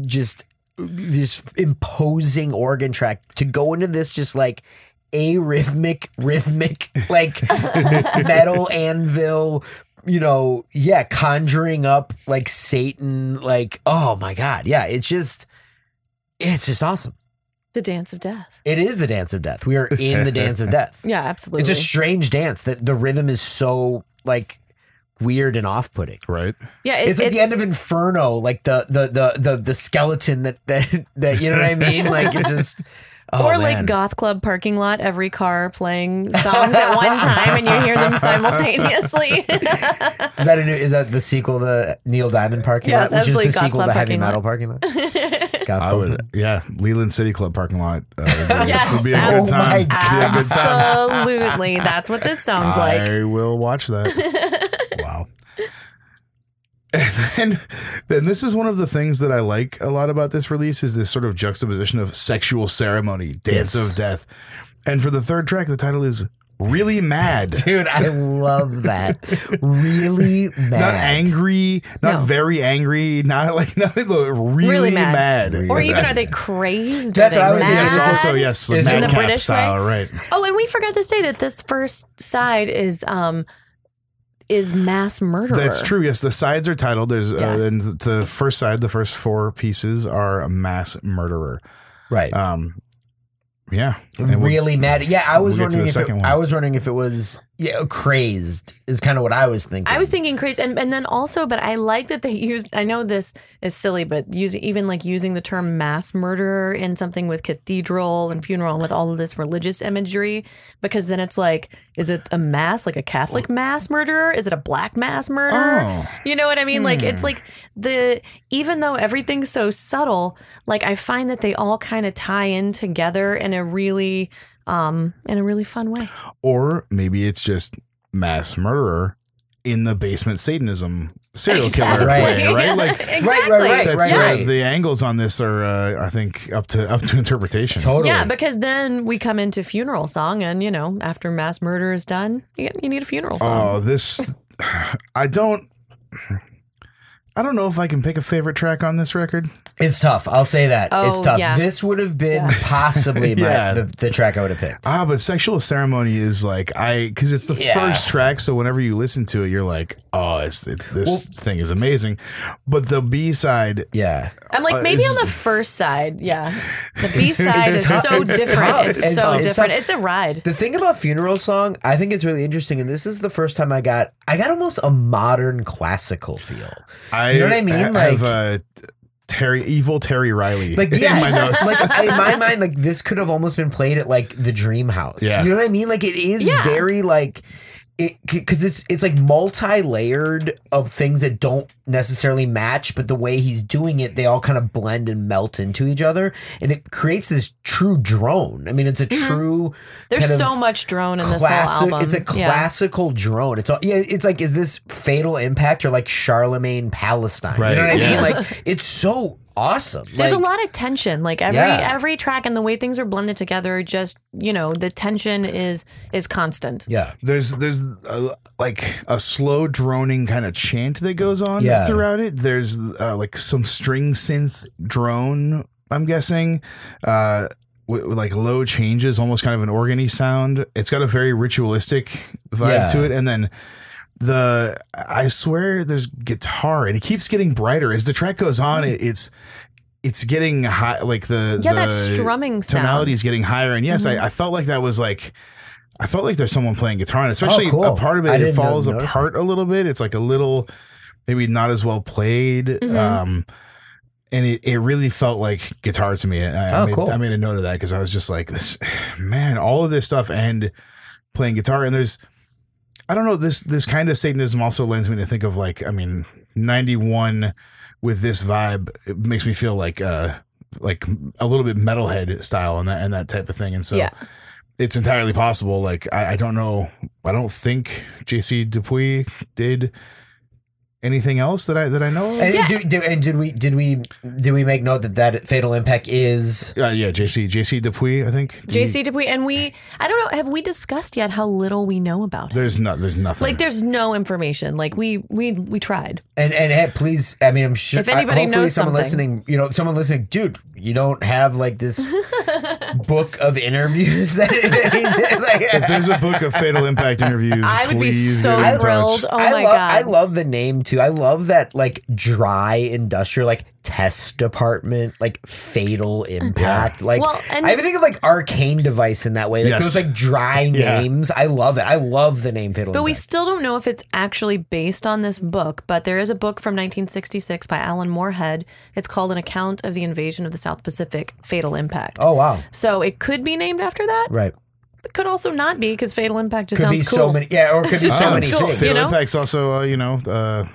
Speaker 3: just this imposing organ track to go into this, just like a rhythmic, rhythmic, like metal anvil, you know, yeah, conjuring up like Satan, like, oh my God. Yeah, it's just, it's just awesome.
Speaker 2: The dance of death.
Speaker 3: It is the dance of death. We are in the dance of death.
Speaker 2: Yeah, absolutely.
Speaker 3: It's a strange dance that the rhythm is so like weird and off-putting.
Speaker 1: Right.
Speaker 2: yeah, it,
Speaker 3: It's like
Speaker 2: it-
Speaker 3: the end of Inferno, like the the the the, the skeleton that, that that you know what I mean. Like it just oh,
Speaker 2: or
Speaker 3: man.
Speaker 2: like goth club parking lot, every car playing songs at one time, and you hear them simultaneously.
Speaker 3: is that a new is that the sequel to Neil Diamond Parking
Speaker 2: Yes,
Speaker 3: Lot, which is
Speaker 2: absolutely,
Speaker 3: the
Speaker 2: Goth
Speaker 3: sequel
Speaker 2: Club
Speaker 3: to Heavy
Speaker 2: Parking Lot.
Speaker 3: Metal Parking Lot. Goth
Speaker 1: I
Speaker 3: Club
Speaker 1: would. Oh, Yeah, Leland City Club parking lot. Uh, would be-
Speaker 2: Yes,
Speaker 1: would be a good
Speaker 3: oh
Speaker 1: time. Be
Speaker 3: my
Speaker 1: a good time.
Speaker 2: Absolutely. That's what this sounds like.
Speaker 1: I will watch that. wow. And then, then this is one of the things that I like a lot about this release is this sort of juxtaposition of sexual ceremony, dance
Speaker 3: Yes.
Speaker 1: of death, and for the third track, the title is really mad,
Speaker 3: Dude, I love that. really mad.
Speaker 1: not angry, not
Speaker 2: No.
Speaker 1: very angry, not like nothing. Really, really
Speaker 2: mad.
Speaker 1: mad.
Speaker 2: Or even are they crazed?
Speaker 3: That's
Speaker 2: are
Speaker 3: what I
Speaker 2: they
Speaker 3: was
Speaker 2: mad?
Speaker 3: gonna
Speaker 1: yes,
Speaker 3: say.
Speaker 1: also yes,
Speaker 3: Is it in the
Speaker 1: madcap
Speaker 2: British
Speaker 1: style,
Speaker 2: way?
Speaker 1: right?
Speaker 2: Oh, and we forgot to say that this first side is um is mass murderer.
Speaker 1: That's true. Yes, the sides are titled. There's uh,
Speaker 2: Yes.
Speaker 1: and the first side, the first four pieces are a mass murderer.
Speaker 3: right.
Speaker 1: Um, yeah, And we'll-
Speaker 3: really mad. Yeah, I was
Speaker 1: we'll get to the
Speaker 3: wondering if it,
Speaker 1: second one.
Speaker 3: I was wondering if it was yeah, crazed is kind of what I was thinking.
Speaker 2: I was thinking crazed, and, and then also, but I like that they used. I know this is silly, but using even like using the term mass murderer in something with cathedral and funeral and with all of this religious imagery, because then it's like, is it a mass, like a Catholic mass murderer? Is it a black mass murderer?
Speaker 1: Oh.
Speaker 2: You know what I mean? Like it's like the even though everything's so subtle, like I find that they all kind of tie in together in a really um in a really fun way.
Speaker 1: or maybe it's just mass murderer in the basement Satanism serial killer,
Speaker 3: Exactly.
Speaker 1: way, right? Like
Speaker 2: exactly.
Speaker 3: Right, right, right.
Speaker 1: that's
Speaker 3: Yeah.
Speaker 1: the, the angles on this are, uh, I think, up to up to interpretation.
Speaker 3: totally.
Speaker 2: Yeah, because then we come into funeral song, and you know, after mass murder is done, you, you need a funeral song.
Speaker 1: Oh, this I don't. I don't know if I can pick a favorite track on this record.
Speaker 3: It's tough. I'll say that. it's
Speaker 2: Oh,
Speaker 3: tough.
Speaker 2: yeah.
Speaker 3: This would have been possibly my,
Speaker 1: Yeah.
Speaker 3: the, the track I would have picked.
Speaker 1: Ah, but sexual ceremony is like I because it's the
Speaker 3: Yeah.
Speaker 1: first track, so whenever you listen to it, you're like, oh, it's, it's this thing is amazing. But the B side,
Speaker 3: Yeah.
Speaker 2: I'm like,
Speaker 1: uh,
Speaker 2: maybe
Speaker 1: it's-
Speaker 2: on the first side, yeah. The B side
Speaker 3: it's
Speaker 2: is
Speaker 3: tough.
Speaker 2: so
Speaker 3: It's
Speaker 2: different.
Speaker 3: tough.
Speaker 2: It's,
Speaker 3: It's
Speaker 2: so
Speaker 3: tough. It's
Speaker 2: different.
Speaker 3: tough.
Speaker 2: It's a ride.
Speaker 3: The thing about funeral song, I think it's really interesting, and this is the first time I got I got almost a modern classical feel.
Speaker 1: I
Speaker 3: You know what I mean?
Speaker 1: ha-
Speaker 3: Like-
Speaker 1: have uh, Terry, evil Terry Riley.
Speaker 3: Like
Speaker 1: in
Speaker 3: yeah,
Speaker 1: my notes.
Speaker 3: like in my mind, like this could have almost been played at like the Dream House.
Speaker 1: Yeah.
Speaker 3: You know what I mean? Like it is
Speaker 2: Yeah.
Speaker 3: very like it because it's it's like multi-layered of things that don't necessarily match but the way he's doing it they all kind of blend and melt into each other and it creates this true drone i mean it's a true
Speaker 2: There's
Speaker 3: kind of
Speaker 2: so much drone in Mm-hmm. this
Speaker 3: classi-
Speaker 2: whole album.
Speaker 3: it's a
Speaker 2: Yeah.
Speaker 3: classical drone it's all yeah it's like is this fatal impact or like charlemagne palestine you
Speaker 1: Right,
Speaker 3: know what
Speaker 1: yeah.
Speaker 3: i mean like it's so awesome
Speaker 2: There's
Speaker 3: like,
Speaker 2: a lot of tension. Like every
Speaker 3: Yeah.
Speaker 2: every track and the way things are blended together, just you know, the tension is is constant.
Speaker 3: yeah
Speaker 1: There's there's uh, like a slow droning kind of chant that goes on
Speaker 3: Yeah.
Speaker 1: throughout it. There's uh, like some string synth drone. I'm guessing, uh, with, with, like low changes, almost kind of an organy sound. It's got a very ritualistic vibe
Speaker 3: Yeah.
Speaker 1: to it, and then the I swear there's guitar, and it keeps getting brighter as the track goes on.
Speaker 3: Hmm.
Speaker 1: It, it's it's getting high, like the
Speaker 2: Yeah,
Speaker 1: the
Speaker 2: that strumming sound.
Speaker 1: tonality is getting higher, and yes, I, I felt like that was like. I felt like there's someone playing guitar, and especially
Speaker 3: Oh, cool.
Speaker 1: a part of
Speaker 3: I
Speaker 1: it, it
Speaker 3: didn't know-
Speaker 1: falls
Speaker 3: notice
Speaker 1: apart a little bit. It's like a little, maybe not as well played. Um, and it, it really felt like guitar to me. I, I
Speaker 3: Oh,
Speaker 1: made,
Speaker 3: cool.
Speaker 1: I made a note of that because I was just like, this, man, all of this stuff and playing guitar. And there's, I don't know, this this kind of Satanism also lends me to think of like, I mean, 91 with this vibe, it makes me feel like, uh, like a little bit metalhead style and that and that type of thing. And so
Speaker 2: Yeah.
Speaker 1: it's entirely possible. Like I, I don't know. I don't think JC Dupuy did anything else that I that I know of.
Speaker 3: and, do, do, and did we did we did we make note that that fatal impact is
Speaker 1: uh, yeah, JC JC Dupuy. I think Do you-
Speaker 2: JC Dupuy and we I don't know, have we discussed yet how little we know about him?
Speaker 1: There's not. There's nothing.
Speaker 2: Like there's no information. Like we we we tried.
Speaker 3: And and hey, please, I mean, I'm sure.
Speaker 2: If anybody
Speaker 3: I, hopefully
Speaker 2: knows something.
Speaker 3: someone listening, you know, someone listening, dude, you don't have like this book of interviews. That
Speaker 1: if there's a book of Fatal Impact interviews,
Speaker 2: I would be
Speaker 1: please
Speaker 2: so
Speaker 1: get in touch.
Speaker 2: thrilled. Oh
Speaker 3: I
Speaker 2: my
Speaker 3: love,
Speaker 2: god.
Speaker 3: I love the name too. I love that like dry industrial, like test department, like fatal impact. Like
Speaker 2: Mm-hmm. Well, and-
Speaker 3: I even think of like arcane device in that way. Like
Speaker 1: Yes.
Speaker 3: those like dry
Speaker 1: Yeah.
Speaker 3: names. I love it. I love the name fatal.
Speaker 2: But we
Speaker 3: Impact.
Speaker 2: still don't know if it's actually based on this book, but there is a book from 1966 by Alan Moorhead. It's called An Account of the Invasion of the South Pacific Fatal Impact.
Speaker 3: Oh wow.
Speaker 2: So it could be named after that,
Speaker 3: Right.
Speaker 2: but could also not be because Fatal Impact just
Speaker 3: Could
Speaker 2: sounds
Speaker 3: be
Speaker 2: cool.
Speaker 3: so many. Yeah. Or it could be
Speaker 2: just
Speaker 3: so
Speaker 1: Oh,
Speaker 3: many
Speaker 2: sounds cool,
Speaker 3: things.
Speaker 1: Fatal
Speaker 2: you know?
Speaker 1: Impact's also uh, you know uh,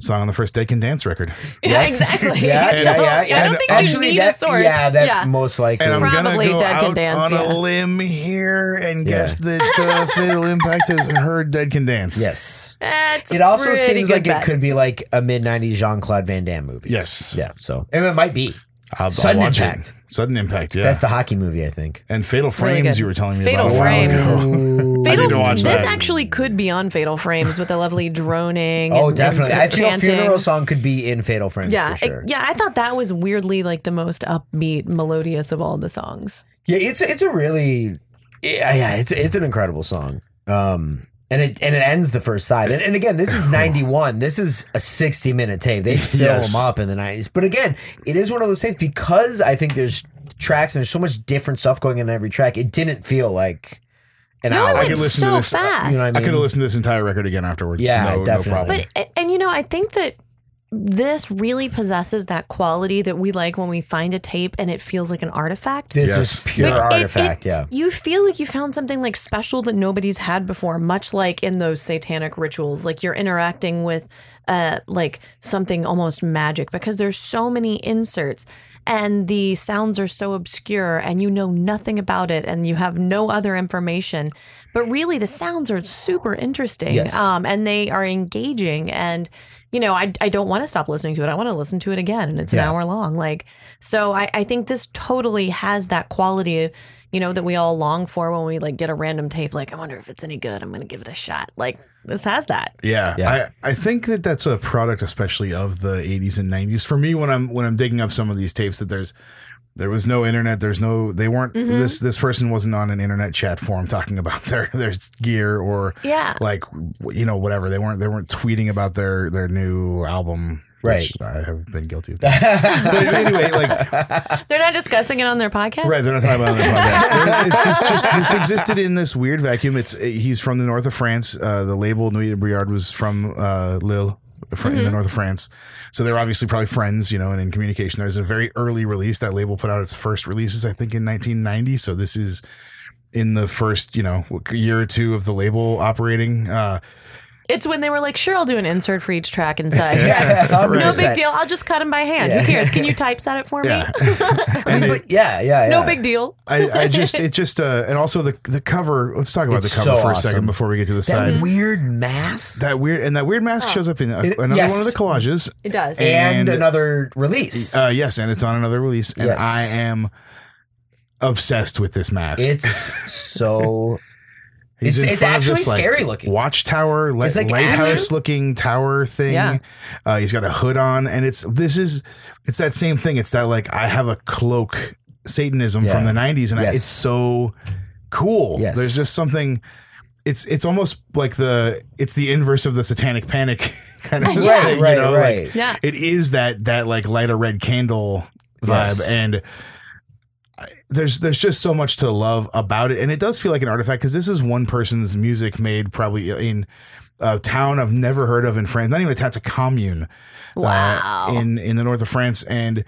Speaker 1: song on the first Deacon Dance record.
Speaker 2: Yeah,
Speaker 3: Yes.
Speaker 2: exactly.
Speaker 3: Yeah,
Speaker 2: So,
Speaker 3: yeah, yeah, yeah.
Speaker 2: I don't
Speaker 3: And
Speaker 2: think
Speaker 3: actually
Speaker 2: you need
Speaker 3: that,
Speaker 2: a source.
Speaker 3: Yeah, that most likely.
Speaker 1: And I'm
Speaker 2: Probably
Speaker 1: gonna go
Speaker 2: Dead Can
Speaker 1: out
Speaker 2: Dance,
Speaker 1: on
Speaker 2: yeah.
Speaker 1: a limb here and
Speaker 3: Yeah.
Speaker 1: guess that uh, Fatal Impact has heard Dead Can Dance.
Speaker 3: yes.
Speaker 2: That's a
Speaker 3: It also
Speaker 2: pretty
Speaker 3: seems
Speaker 2: good
Speaker 3: like
Speaker 2: bet.
Speaker 3: it could be like a mid '90s Jean Claude Van Damme movie.
Speaker 1: Yes.
Speaker 3: Yeah. So and it might be.
Speaker 1: I'll,
Speaker 3: Sudden
Speaker 1: watch it.
Speaker 3: Impact.
Speaker 1: Sudden impact. Yeah.
Speaker 3: That's the hockey movie, I think.
Speaker 1: and Fatal
Speaker 2: Really
Speaker 1: Frames.
Speaker 2: good.
Speaker 1: you were telling me
Speaker 2: Fatal
Speaker 1: about. a while
Speaker 2: Frames
Speaker 1: ago.
Speaker 2: is-
Speaker 1: Oh, I
Speaker 2: Fatal,
Speaker 1: need to watch
Speaker 2: this
Speaker 1: that.
Speaker 2: actually could be on Fatal Frames with the lovely droning. and-
Speaker 3: Oh,
Speaker 2: and
Speaker 3: definitely.
Speaker 2: some
Speaker 3: I feel
Speaker 2: chanting.
Speaker 3: funeral song could be in Fatal Frame
Speaker 2: Yeah,
Speaker 3: for sure.
Speaker 2: I, yeah. I thought that was weirdly like the most upbeat, melodious of all the songs.
Speaker 3: Yeah, it's it's a really yeah, yeah it's it's an incredible song. Um and it and it ends the first side. And, and again, this is 91. This is a 60 minute tape. They fill
Speaker 1: Yes.
Speaker 3: them up in the 90s. But again, it is one of those tapes because I think there's tracks and there's so much different stuff going on in every track. It didn't feel like an
Speaker 2: No,
Speaker 3: hour.
Speaker 2: it
Speaker 1: I
Speaker 2: went
Speaker 1: could listen to
Speaker 2: so
Speaker 1: this, uh,
Speaker 2: fast.
Speaker 3: you know what I mean?
Speaker 1: I could have listened to this entire record again afterwards.
Speaker 3: Yeah,
Speaker 1: no,
Speaker 3: definitely.
Speaker 1: no problem.
Speaker 2: But a- and you know, I think that this really possesses that quality that we like when we find a tape and it feels like an artifact.
Speaker 3: This
Speaker 1: Yes.
Speaker 3: is pure
Speaker 2: But it-
Speaker 3: artifact,
Speaker 2: it-
Speaker 3: yeah.
Speaker 2: You feel like you found something like special that nobody's had before, much like in those satanic rituals. Like you're interacting with uh like something almost magic because there's so many inserts and the sounds are so obscure and you know nothing about it and you have no other information. But really the sounds are super interesting.
Speaker 3: Yes.
Speaker 2: Um and they are engaging and you know, I, I don't want to stop listening to it. I want to listen to it again. And it's an
Speaker 3: Yeah.
Speaker 2: hour long. Like, so I, I think this totally has that quality, you know, that we all long for when we like get a random tape. Like, I wonder if it's any good. I'm going to give it a shot. Like, this has that.
Speaker 1: Yeah,
Speaker 3: Yeah.
Speaker 1: I, I think that that's a product, especially of the '80s and '90s. For me, when I'm when I'm digging up some of these tapes, that there's there was no internet. There's no they weren't
Speaker 2: Mm-hmm.
Speaker 1: this this person wasn't on an internet chat forum talking about their their gear or
Speaker 2: Yeah.
Speaker 1: like w- you know whatever they weren't they weren't tweeting about their their new album. which I have been guilty of. but anyway, like
Speaker 2: They're not discussing it on their podcast.
Speaker 1: Right, they're not talking about it on the podcast. There- it's, this just this existed in this weird vacuum. It's eh, he's from the north of France. Uh, the label Nuit de Briard was from uh, Lille. fr- In the north of France, so they're obviously probably friends, you know, and in communication. There's a very early release that label put out its first releases, I think, in 1990. So this is in the first, you know, year or two of the label operating. Uh,
Speaker 2: It's when they were like, sure, I'll do an insert for each track inside. No
Speaker 3: 100%.
Speaker 2: big deal. I'll just cut them by hand. Who cares? Can you typeset it for
Speaker 1: yeah.
Speaker 2: me?
Speaker 1: and it,
Speaker 3: But yeah, yeah, yeah.
Speaker 2: No big deal.
Speaker 1: I, I just, it just, uh, and also the the cover. Let's talk about
Speaker 3: It's
Speaker 1: the cover
Speaker 3: so
Speaker 1: for a
Speaker 3: awesome.
Speaker 1: second before we get to the
Speaker 3: That
Speaker 1: side.
Speaker 3: weird mask
Speaker 1: That weird and that weird mask shows up in a,
Speaker 3: It-
Speaker 1: another
Speaker 3: yes.
Speaker 1: one of the collages.
Speaker 2: It does.
Speaker 1: and-
Speaker 3: and, another release.
Speaker 1: Uh, yes, and it's on another release, and
Speaker 3: Yes.
Speaker 1: I am obsessed with this mask.
Speaker 3: it's so
Speaker 1: He's
Speaker 3: It's-
Speaker 1: in
Speaker 3: it's
Speaker 1: front of this,
Speaker 3: actually
Speaker 1: like,
Speaker 3: scary looking.
Speaker 1: Watchtower, li-
Speaker 3: It's like
Speaker 1: lighthouse
Speaker 3: action.
Speaker 1: looking tower thing.
Speaker 2: Yeah.
Speaker 1: Uh, he's got a hood on, and it's this is it's that same thing. It's that like I have a cloak Satanism from
Speaker 3: Yeah.
Speaker 1: the '90s, and I-
Speaker 3: Yes.
Speaker 1: it's so cool.
Speaker 3: Yes.
Speaker 1: There's just something. It's it's almost like the it's the inverse of the Satanic Panic kind of thing.
Speaker 2: Yeah.
Speaker 1: you
Speaker 3: right,
Speaker 1: know, like,
Speaker 3: right.
Speaker 2: yeah.
Speaker 1: it is that that like light a red candle vibe
Speaker 3: Yes.
Speaker 1: and I- there's there's just so much to love about it and it does feel like an artifact because this is one person's music made probably in a town I've never heard of in France not even a town it's a commune uh,
Speaker 2: Wow.
Speaker 1: in in the north of France and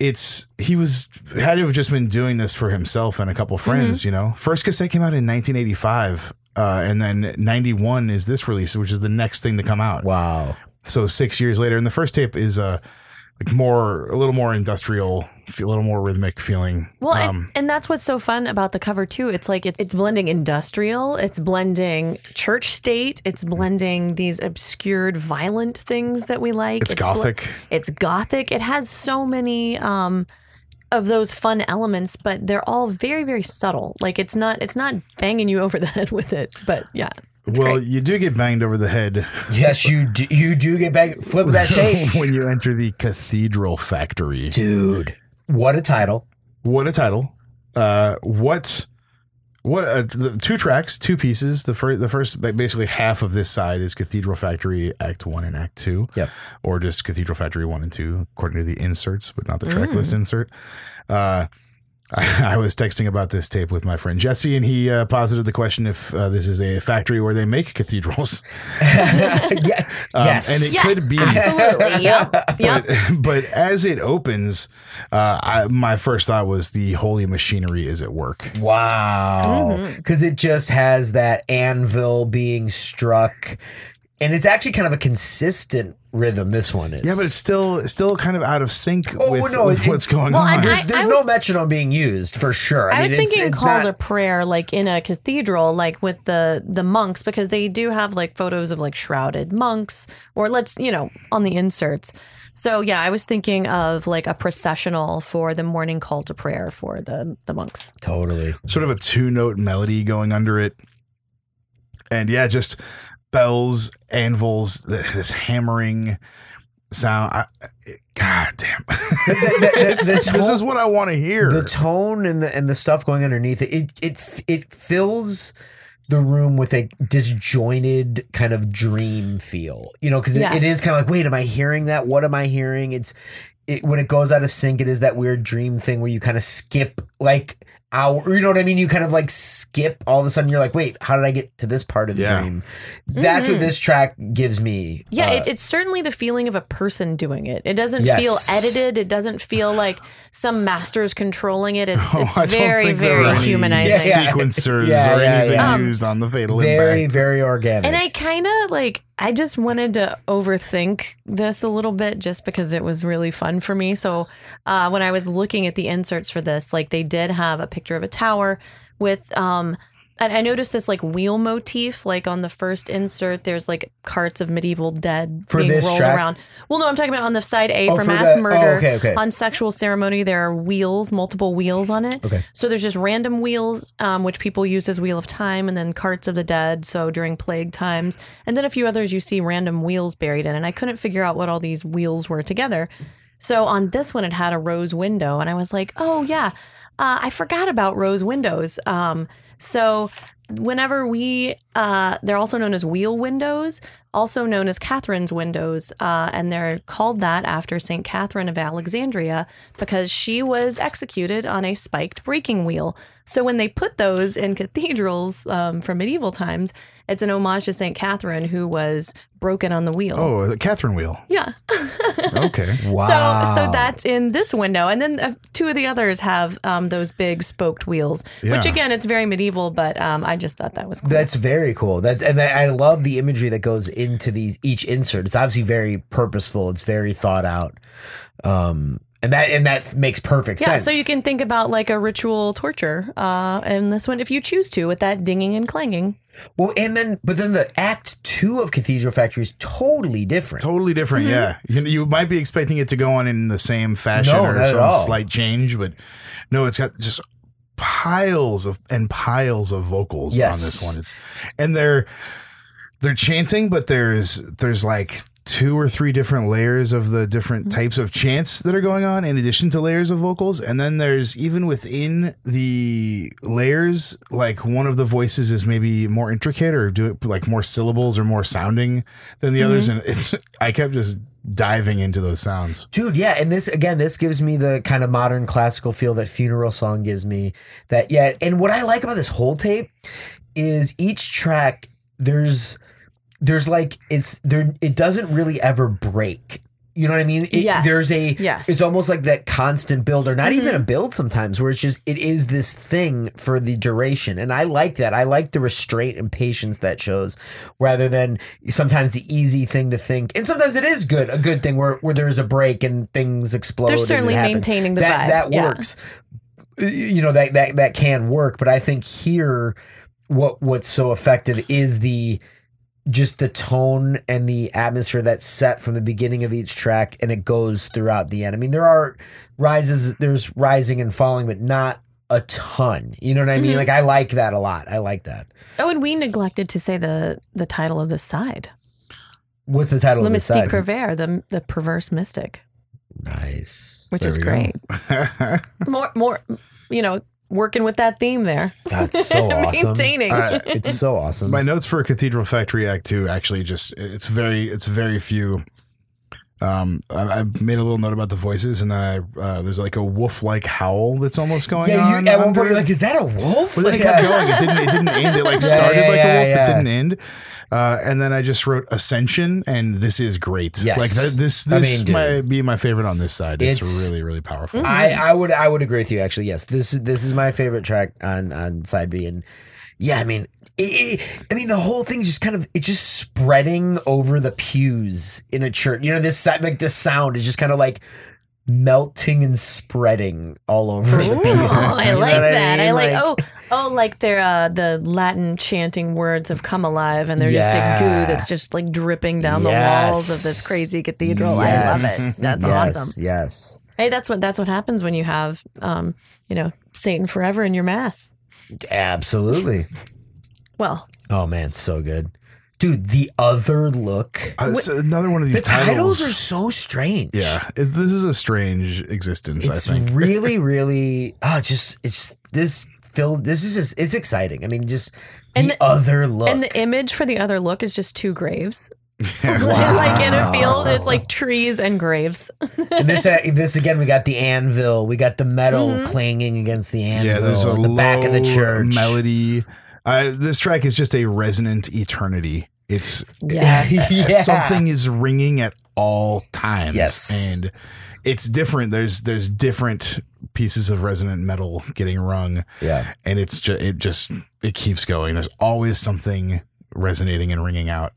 Speaker 1: it's he was had to have just been doing this for himself and a couple friends you know first cassette came out in 1985 uh, and then 91 is this release which is the next thing to come out
Speaker 3: Wow.
Speaker 1: so six years later, and the first tape is uh, like more a little more industrial, a little more rhythmic feeling.
Speaker 2: Well, and-
Speaker 1: um,
Speaker 2: and, that's what's so fun about the cover too. It's like it, it's blending industrial, it's blending church state, it's blending these obscured violent things that we like.
Speaker 1: it's,
Speaker 2: bl-
Speaker 1: gothic.
Speaker 2: it's gothic. It has so many um, of those fun elements, but they're all very very subtle. Like it's not it's not banging you over the head with it. But yeah, it's
Speaker 1: well,
Speaker 2: great.
Speaker 1: you do get banged over the head
Speaker 3: Yes, you do, you do get back flip that tape.
Speaker 1: when you enter the Cathedral Factory.
Speaker 3: Dude, what a title.
Speaker 1: What a title! Uh, what what uh, the two tracks, two pieces. The first, the first, ba- basically half of this side is Cathedral Factory Act One and Act Two.
Speaker 3: Yep.
Speaker 1: or just Cathedral Factory one and two, according to the inserts, but not the track list insert. Uh, I, I was texting about this tape with my friend Jesse, and he uh, posited the question if uh, this is a factory where they make cathedrals.
Speaker 3: yeah,
Speaker 1: Um,
Speaker 3: yes.
Speaker 1: and it
Speaker 2: yes,
Speaker 1: could be.
Speaker 2: absolutely. Yep, yep.
Speaker 1: But as it opens, uh, I, my first thought was the holy machinery is at work.
Speaker 3: Wow.
Speaker 2: Mm-hmm.
Speaker 3: Because it just has that anvil being struck. And it's actually kind of a consistent rhythm, this one is.
Speaker 1: Yeah, but it's still it's still kind of out of sync
Speaker 3: Oh,
Speaker 1: with,
Speaker 3: no,
Speaker 1: with
Speaker 3: it-
Speaker 1: what's going
Speaker 2: Well,
Speaker 1: on.
Speaker 2: and
Speaker 1: There's-
Speaker 2: I-
Speaker 3: There's no metronome being used for sure.
Speaker 2: I,
Speaker 3: mean,
Speaker 2: was
Speaker 3: it's-
Speaker 2: thinking
Speaker 3: it's
Speaker 2: called
Speaker 3: not-
Speaker 2: a prayer like in a cathedral, like with the the monks, because they do have like photos of like shrouded monks or let's you know on the inserts. So yeah, I was thinking of like a processional for the morning call to prayer for the the monks.
Speaker 3: Totally.
Speaker 1: sort of a two note melody going under it. And yeah, just bells, anvils, th- this hammering sound. I, I- God damn. this is what I want to hear.
Speaker 3: The tone and the and the stuff going underneath it, it it f- it fills the room with a disjointed kind of dream feel. You know, because it
Speaker 2: Yes.
Speaker 3: is kind of like, wait, am I hearing that? What am I hearing? It's it when it goes out of sync, it is that weird dream thing where you kind of skip like hour. You know what I mean? You kind of like skip. All of a sudden, you're like, wait, how did I get to this part of the
Speaker 1: Yeah.
Speaker 3: dream? That's what this track gives me.
Speaker 2: Mm-hmm. Yeah,
Speaker 3: Uh,
Speaker 2: it, it's certainly the feeling of a person doing it. It doesn't
Speaker 3: Yes.
Speaker 2: feel edited. It doesn't feel like some master's controlling it. It's,
Speaker 1: Oh,
Speaker 2: it's
Speaker 1: I don't
Speaker 2: very
Speaker 1: think there were
Speaker 2: very
Speaker 1: any
Speaker 2: humanizing.
Speaker 3: Yeah.
Speaker 1: Sequencers
Speaker 3: Yeah,
Speaker 1: or
Speaker 3: yeah,
Speaker 1: anything
Speaker 3: yeah.
Speaker 1: used on the Fatal
Speaker 3: very
Speaker 1: Impact.
Speaker 3: very organic.
Speaker 2: And I kind of like, I just wanted to overthink this a little bit just because it was really fun for me. So uh, when I was looking at the inserts for this, like they did have a picture of a tower with, um, and I noticed this like wheel motif, like on the first insert, there's like carts of medieval dead
Speaker 3: For
Speaker 2: being
Speaker 3: this
Speaker 2: rolled
Speaker 3: track?
Speaker 2: around. Well, no, I'm talking about on the side A
Speaker 3: Oh,
Speaker 2: for
Speaker 3: for
Speaker 2: mass
Speaker 3: the- oh,
Speaker 2: murder.
Speaker 3: okay, okay.
Speaker 2: On sexual ceremony, there are wheels, multiple wheels on it.
Speaker 3: Okay.
Speaker 2: So there's just random wheels, um, which people use as wheel of time, and then carts of the dead. So during plague times, and then a few others you see random wheels buried in. And I couldn't figure out what all these wheels were together. So on this one, it had a rose window, and I was like, oh yeah, uh, I forgot about rose windows. Um, so whenever we, uh, they're also known as wheel windows, also known as Catherine's windows, uh, and they're called that after St. Catherine of Alexandria because she was executed on a spiked breaking wheel. So when they put those in cathedrals um, from medieval times, It's an homage to St. Catherine, who was broken on the wheel.
Speaker 1: Oh, the Catherine wheel.
Speaker 2: Yeah.
Speaker 1: Okay.
Speaker 3: Wow.
Speaker 2: So, so that's in this window, and then uh, two of the others have um, those big spoked wheels, which
Speaker 1: Yeah.
Speaker 2: again, it's very medieval. But um, I just thought that was cool.
Speaker 3: That's very cool. That and I I love the imagery that goes into these each insert. It's obviously very purposeful. It's very thought out, um, and that and that makes perfect
Speaker 2: yeah,
Speaker 3: sense.
Speaker 2: so you can think about like a ritual torture uh, in this one if you choose to, with that dinging and clanging.
Speaker 3: well, and then but then the act two of Cathedral Factory is totally different. Mm-hmm.
Speaker 1: Totally different. Yeah. You, you might be expecting it to go on in the same fashion
Speaker 3: No, not
Speaker 1: or
Speaker 3: at
Speaker 1: some
Speaker 3: all.
Speaker 1: slight change, but no, it's got just piles of and piles of vocals
Speaker 3: Yes.
Speaker 1: on this one. It's and they're they're chanting, but there's there's like two or three different layers of the different types of chants that are going on in addition to layers of vocals and then there's even within the layers like one of the voices is maybe more intricate or do it like more syllables or more sounding than the others and it's i kept just diving into those sounds
Speaker 3: Dude, yeah, and this again, this gives me the kind of modern classical feel that funeral song gives me. That yeah, and what I like about this whole tape is each track there's there's like it's there it doesn't really ever break. You know what I mean? It,
Speaker 2: Yes.
Speaker 3: There's a
Speaker 2: Yes. Mm-hmm.
Speaker 3: It's almost like that constant build, or not even a build sometimes, where it's just it is this thing for the duration, and I like that. I like the restraint and patience that shows, rather than sometimes the easy thing to think, and sometimes it is good a good thing where where there is a break and things explode.
Speaker 2: They're
Speaker 3: and it
Speaker 2: certainly
Speaker 3: happens.
Speaker 2: maintaining the
Speaker 3: that
Speaker 2: vibe,
Speaker 3: that
Speaker 2: yeah.
Speaker 3: works. You know that that that can work, but I think here what what's so effective is the just the tone and the atmosphere that's set from the beginning of each track and it goes throughout the end. I mean, there are rises, there's rising and falling, but not a ton. You know what I mean?
Speaker 2: Mm-hmm.
Speaker 3: Like I like that a lot. I like that.
Speaker 2: Oh, and we neglected to say the the title of this side,
Speaker 3: What's the title
Speaker 2: Le
Speaker 3: of the
Speaker 2: Mystique
Speaker 3: side?
Speaker 2: Pervers, the the perverse mystic,
Speaker 3: nice.
Speaker 2: which
Speaker 1: There
Speaker 2: is
Speaker 1: we go.
Speaker 2: great. more more, you know, working with that theme there.
Speaker 3: That's so awesome.
Speaker 2: Maintaining.
Speaker 1: Uh,
Speaker 3: It's so awesome.
Speaker 1: my notes for cathedral factory act 2 actually just it's very it's very few um i, I made a little note about the voices and then i uh, there's like a wolf like howl that's almost going
Speaker 3: yeah,
Speaker 1: on
Speaker 3: you, at one
Speaker 1: under
Speaker 3: point you're
Speaker 1: it.
Speaker 3: like, is that a wolf?
Speaker 1: But then it
Speaker 3: Like,
Speaker 1: kept
Speaker 3: uh,
Speaker 1: going. It didn't. It didn't end. It like
Speaker 3: Yeah,
Speaker 1: started
Speaker 3: yeah,
Speaker 1: like
Speaker 3: yeah,
Speaker 1: a wolf.
Speaker 3: yeah.
Speaker 1: It didn't end. Uh, and then I just wrote ascension, and this is great.
Speaker 3: Yes.
Speaker 1: Like th- this.
Speaker 3: I
Speaker 1: This
Speaker 3: mean, dude.
Speaker 1: might be my favorite on this side. It's,
Speaker 3: It's- Mm.
Speaker 1: really, really powerful.
Speaker 3: I, I would I would agree with you actually. Yes, this is this is my favorite track on on side B, and yeah, I mean, it, it, I mean the whole thing just kind of it's just spreading over the pews in a church. You know, this si- like this sound is just kind of like melting and spreading all over.
Speaker 2: Ooh,
Speaker 3: the pew.
Speaker 2: I
Speaker 3: You know
Speaker 2: like
Speaker 3: what
Speaker 2: that. I
Speaker 3: mean?
Speaker 2: like, oh oh like they're uh, the Latin chanting words have come alive and they're just a
Speaker 3: Yeah.
Speaker 2: goo that's just like dripping down the walls of this
Speaker 3: Yes.
Speaker 2: crazy cathedral.
Speaker 3: Yes.
Speaker 2: I love it. That's
Speaker 3: Yes,
Speaker 2: awesome.
Speaker 3: Yes.
Speaker 2: Hey, that's what that's what happens when you have um, you know, Satan forever in your mass.
Speaker 3: Absolutely.
Speaker 2: Well,
Speaker 3: Oh man, so good. Dude, the other look.
Speaker 1: Uh, so another one of
Speaker 3: The
Speaker 1: these
Speaker 3: titles
Speaker 1: titles.
Speaker 3: are so strange.
Speaker 1: yeah, it, this is a strange existence.
Speaker 3: it's
Speaker 1: I think.
Speaker 3: really, really. Oh, just it's this filled. This is just it's exciting. I mean, just the,
Speaker 2: And the-
Speaker 3: other look.
Speaker 2: and the image for the other look is just two graves. like in a field, it's like trees and graves.
Speaker 3: And this uh, this again, we got the anvil. We got the metal
Speaker 2: Mm-hmm.
Speaker 3: clanging against the anvil.
Speaker 1: yeah, there's a
Speaker 3: in the back of the
Speaker 1: low
Speaker 3: church.
Speaker 1: melody. Uh, this track is just a resonant eternity. It's
Speaker 2: Yes.
Speaker 3: Yeah.
Speaker 1: something is ringing at all times.
Speaker 3: Yes.
Speaker 1: and it's different. There's there's different pieces of resonant metal getting rung,
Speaker 3: Yeah.
Speaker 1: and it's just it just it keeps going. There's always something resonating and ringing out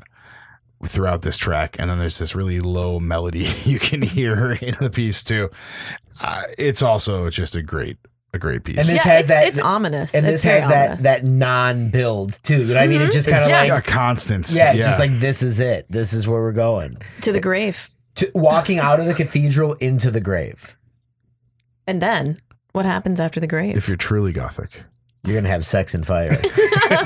Speaker 1: throughout this track, and then there's this really low melody you can hear in the piece too. Uh, it's also just a great a great piece.
Speaker 3: And this
Speaker 2: yeah,
Speaker 3: has
Speaker 2: it's,
Speaker 3: that-
Speaker 2: it's ominous.
Speaker 3: And
Speaker 2: It's Mm-hmm. very
Speaker 3: this has that
Speaker 2: ominous.
Speaker 3: that non build too. You know what I mean? It just kind
Speaker 1: it's
Speaker 3: of
Speaker 1: like
Speaker 3: like.
Speaker 1: a constant.
Speaker 3: Yeah, it's just like this is it. This is where we're going.
Speaker 2: to the grave.
Speaker 3: To, walking out of the cathedral into the grave.
Speaker 2: And then what happens after the grave?
Speaker 1: if you're truly gothic.
Speaker 3: You're gonna have sex and fire.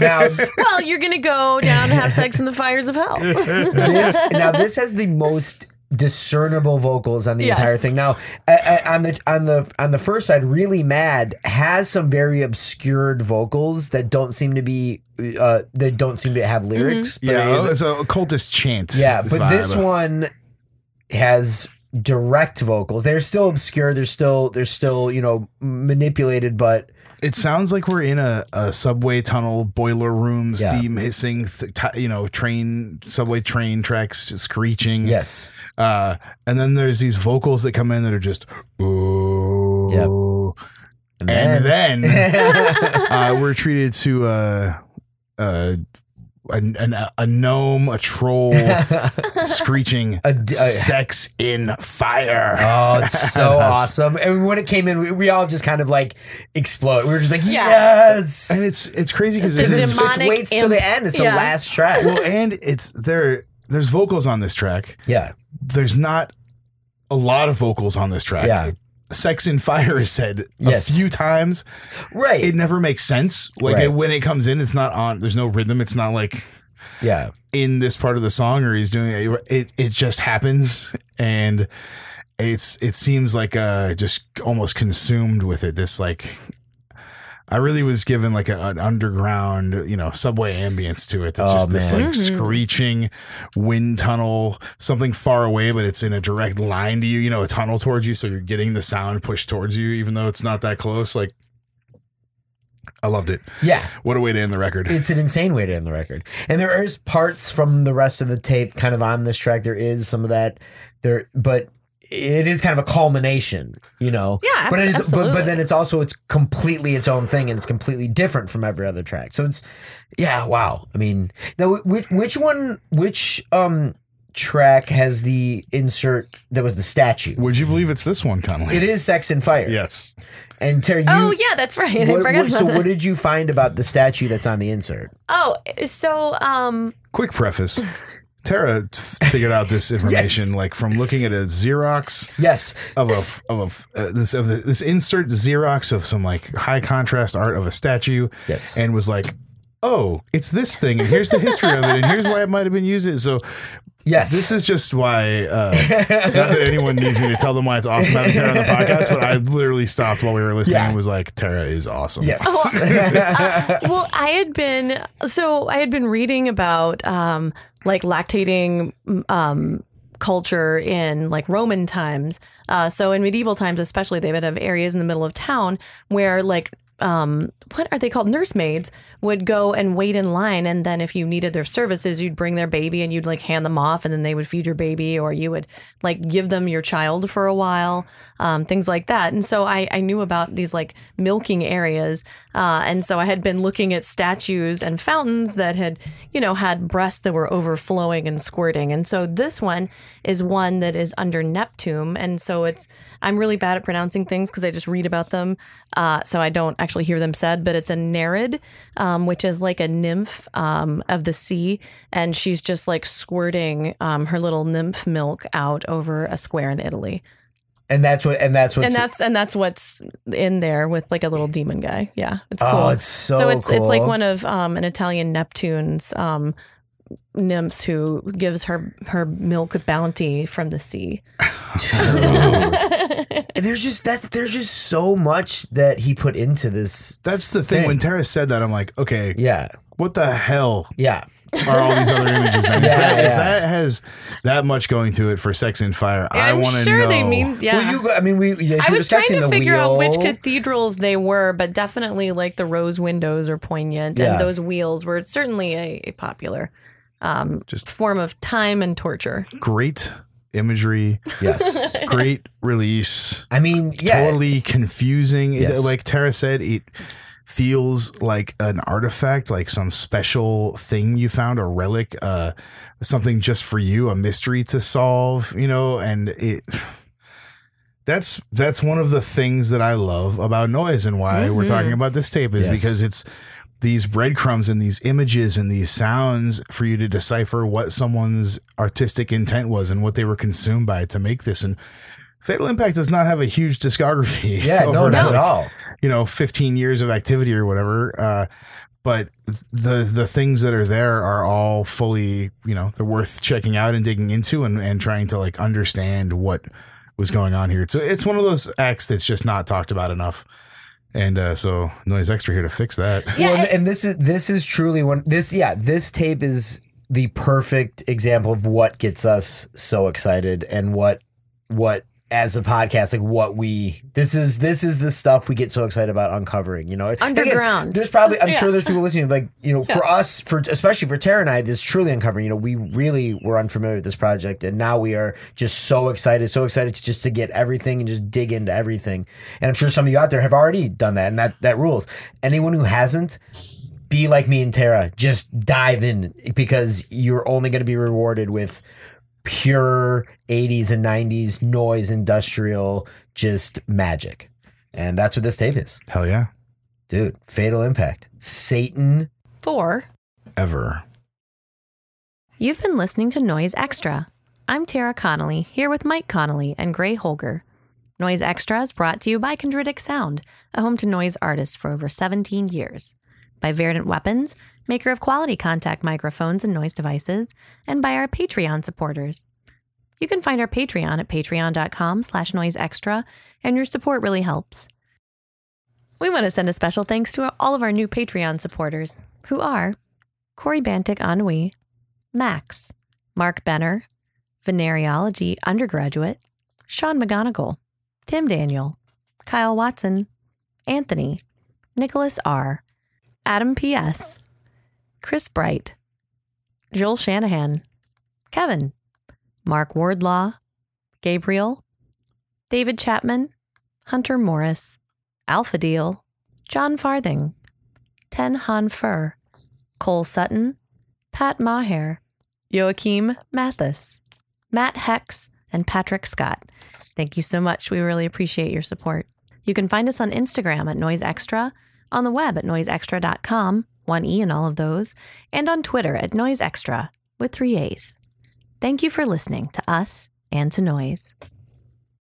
Speaker 3: now,
Speaker 2: well, you're gonna go down and have sex in the fires of hell.
Speaker 3: this now this has the most discernible vocals on the
Speaker 2: Yes.
Speaker 3: entire thing. Now I, I, on the on the on the first side, really mad has some very obscured vocals that don't seem to be uh, that don't seem to have lyrics. But it is-
Speaker 1: Yeah, oh, it's a occultist chant.
Speaker 3: yeah, but this
Speaker 1: vibe.
Speaker 3: one has direct vocals. They're still obscure. They're still they're still you know manipulated, but
Speaker 1: it sounds like we're in a, a subway tunnel, boiler room,
Speaker 3: Yeah.
Speaker 1: steam hissing, th- t- you know, train, subway train tracks just screeching.
Speaker 3: Yes.
Speaker 1: Uh, and then there's these vocals that come in that are just, ooh. And then uh, we're treated to uh, uh, an, an, a gnome, a troll screeching
Speaker 3: A d- a-
Speaker 1: sex in fire.
Speaker 3: Oh, it's so
Speaker 1: That's-
Speaker 3: awesome. And when it came in, we, we all just kind of like explode. We were just like,
Speaker 2: Yeah.
Speaker 1: and
Speaker 3: yes.
Speaker 1: it's it's crazy because
Speaker 2: It's
Speaker 1: it's,
Speaker 2: the
Speaker 1: it's,
Speaker 3: it
Speaker 2: demonic
Speaker 3: waits till
Speaker 2: imp-
Speaker 3: the end. It's the
Speaker 2: Yeah.
Speaker 3: last track.
Speaker 1: well, and it's there. There's vocals on this track.
Speaker 3: yeah.
Speaker 1: There's not a lot of vocals on this track.
Speaker 3: Yeah.
Speaker 1: Sex in fire is said a
Speaker 3: Yes.
Speaker 1: few times.
Speaker 3: Right.
Speaker 1: It never makes sense. Like
Speaker 3: Right.
Speaker 1: it- when it comes in, it's not on. There's no rhythm. It's not like
Speaker 3: yeah.
Speaker 1: in this part of the song or he's doing it. It, it just happens and it's it seems like uh just almost consumed with it. This like I really was given like a, an underground, you know, subway ambience to it. That's
Speaker 3: Oh,
Speaker 1: just this
Speaker 3: man.
Speaker 1: like screeching wind tunnel, something far away, but it's in a direct line to you, you know, a tunnel towards you. So you're getting the sound pushed towards you, even though it's not that close. Like, I loved it.
Speaker 3: Yeah.
Speaker 1: What a way to end the record.
Speaker 3: It's an insane way to end the record. And there is parts from the rest of the tape kind of on this track. There is some of that there, but it is kind of a culmination, you know.
Speaker 2: Yeah,
Speaker 3: but it
Speaker 2: abs-
Speaker 3: is, but, but
Speaker 2: absolutely.
Speaker 3: then it's also it's completely its own thing and it's completely different from every other track. So it's yeah, wow. I mean, now which which one which um track has the insert that was the statue?
Speaker 1: Would you believe it's this one, Connolly?
Speaker 3: It is Sex and Fire.
Speaker 1: Yes.
Speaker 3: And Terry, you,
Speaker 2: Oh yeah, that's right. I
Speaker 3: what-
Speaker 2: forgot
Speaker 3: what-
Speaker 2: about
Speaker 3: so
Speaker 2: that.
Speaker 3: what did you find about the statue that's on the insert?
Speaker 2: Oh, so um,
Speaker 1: Quick preface. Tara t- figured out this information like from looking at a Xerox
Speaker 3: Yes.
Speaker 1: of a f- of a f- uh, this of the, this insert Xerox of some like high contrast art of a statue
Speaker 3: Yes.
Speaker 1: and was like, "Oh, it's this thing and here's the history of it and here's why it might have been used." So
Speaker 3: Yes.
Speaker 1: this is just why uh, not that anyone needs me to tell them why it's awesome having Tara on the podcast, but I literally stopped while we were listening
Speaker 3: Yeah.
Speaker 1: and was like, "Tara is awesome."
Speaker 3: Yes.
Speaker 2: well, I had been so I had been reading about um, like lactating um, culture in like Roman times. Uh, so in medieval times, especially, they would have areas in the middle of town where like. Um, what are they called? Nursemaids would go and wait in line, and then if you needed their services, you'd bring their baby and you'd like hand them off, and then they would feed your baby, or you would like give them your child for a while, um, things like that. And so I, I knew about these like milking areas, uh, and so I had been looking at statues and fountains that had, you know, had breasts that were overflowing and squirting. And so this one is one that is under Neptune. And so it's, I'm really bad at pronouncing things because I just read about them. Uh, so I don't actually hear them said, but it's a Nereid, um, which is like a nymph um, of the sea. And she's just like squirting um, her little nymph milk out over a square in Italy.
Speaker 3: and that's what and that's what
Speaker 2: And that's, and that's what's in there with like a little demon guy. Yeah. It's cool
Speaker 3: oh, it's so,
Speaker 2: it's it's like
Speaker 3: cool.
Speaker 2: one of um, an Italian Neptune's um, nymphs who gives her her milk bounty from the sea.
Speaker 3: And there's just that's there's just so much that he put into this.
Speaker 1: That's the thing. When Tara said that, I'm like, okay,
Speaker 3: yeah,
Speaker 1: what the hell
Speaker 3: yeah,
Speaker 1: are all these other images. And
Speaker 3: Yeah,
Speaker 1: if, that, if
Speaker 3: yeah.
Speaker 1: that has that much going to it for Sex and Fire, i
Speaker 2: I'm
Speaker 1: want to
Speaker 2: sure
Speaker 1: know.
Speaker 2: they mean yeah.
Speaker 3: Well, you, I mean, we. yeah,
Speaker 2: I
Speaker 3: you were
Speaker 2: was trying
Speaker 3: discussing
Speaker 2: to
Speaker 3: the
Speaker 2: figure out which
Speaker 3: wheel.
Speaker 2: cathedrals they were, but definitely like the rose windows are poignant,
Speaker 3: Yeah.
Speaker 2: and those wheels were certainly a, a popular um,
Speaker 1: Just-
Speaker 2: form of time and torture.
Speaker 1: great imagery,
Speaker 3: Yes,
Speaker 1: great release,
Speaker 3: I mean, yeah,
Speaker 1: totally confusing. It-
Speaker 3: Yes.
Speaker 1: like Tara said, it feels like an artifact, like some special thing you found, a relic, uh, something just for you, a mystery to solve, you know, and it. That's that's one of the things that I love about noise and why we're
Speaker 2: Mhm.
Speaker 1: talking about this tape is
Speaker 3: Mm-hmm. Yes.
Speaker 1: because it's these breadcrumbs and these images and these sounds for you to decipher what someone's artistic intent was and what they were consumed by to make this. And Fatal Impact does not have a huge discography.
Speaker 3: yeah, no,
Speaker 1: over,
Speaker 3: not
Speaker 1: like,
Speaker 3: at all.
Speaker 1: You know, 15 years of activity or whatever. Uh, but the the things that are there are all fully, you know, they're worth checking out and digging into and, and trying to like understand what was going on here. So it's one of those acts that's just not talked about enough. And uh, so Noise Extra here to fix that.
Speaker 2: Yeah,
Speaker 3: well, and,
Speaker 2: it-
Speaker 3: and this is this is truly one. This yeah, this tape is the perfect example of what gets us so excited and what what as a podcast, like what we this is this is the stuff we get so excited about uncovering. You know, Again,
Speaker 2: Underground.
Speaker 3: there's probably I'm
Speaker 2: Yeah.
Speaker 3: sure there's people listening. Like you know, for us, for especially for Tara and I, this is truly uncovering. You know, we really were unfamiliar with this project, and now we are just so excited, so excited to just to get everything and just dig into everything. And I'm sure some of you out there have already done that, and that that rules. Anyone who hasn't, be like me and Tara. Just dive in because you're only going to be rewarded with pure 80s and 90s noise, industrial, just magic. And that's what this tape is.
Speaker 1: Hell yeah.
Speaker 3: Dude, Fatal Impact. Satan.
Speaker 2: Four.
Speaker 1: Ever.
Speaker 2: You've been listening to Noise Extra. I'm Tara Connolly, here with Mike Connolly and Gray Holger. Noise Extra is brought to you by Chondritic Sound, a home to noise artists for over 17 years, by Verdant Weapons, maker of quality contact microphones and noise devices, and by our Patreon supporters. You can find our Patreon at patreon.com slash noise extra, and your support really helps. We want to send a special thanks to all of our new Patreon supporters, who are Corey Bantic Ennui, Max, Mark Benner, Venereology undergraduate, Sean McGonigal, Tim Daniel, Kyle Watson, Anthony, Nicholas R., Adam P.S., Chris Bright, Joel Shanahan, Kevin, Mark Wardlaw, Gabriel, David Chapman, Hunter Morris, Alpha Deal, John Farthing, Ten Han Fur, Cole Sutton, Pat Maher, Joachim Mathis, Matt Hex, and Patrick Scott. Thank you so much. We really appreciate your support. You can find us on Instagram at Noise Extra, on the web at noiseextra.com, one E in all of those, and on Twitter at Noise Extra with three A's. Thank you for listening to us and to Noise.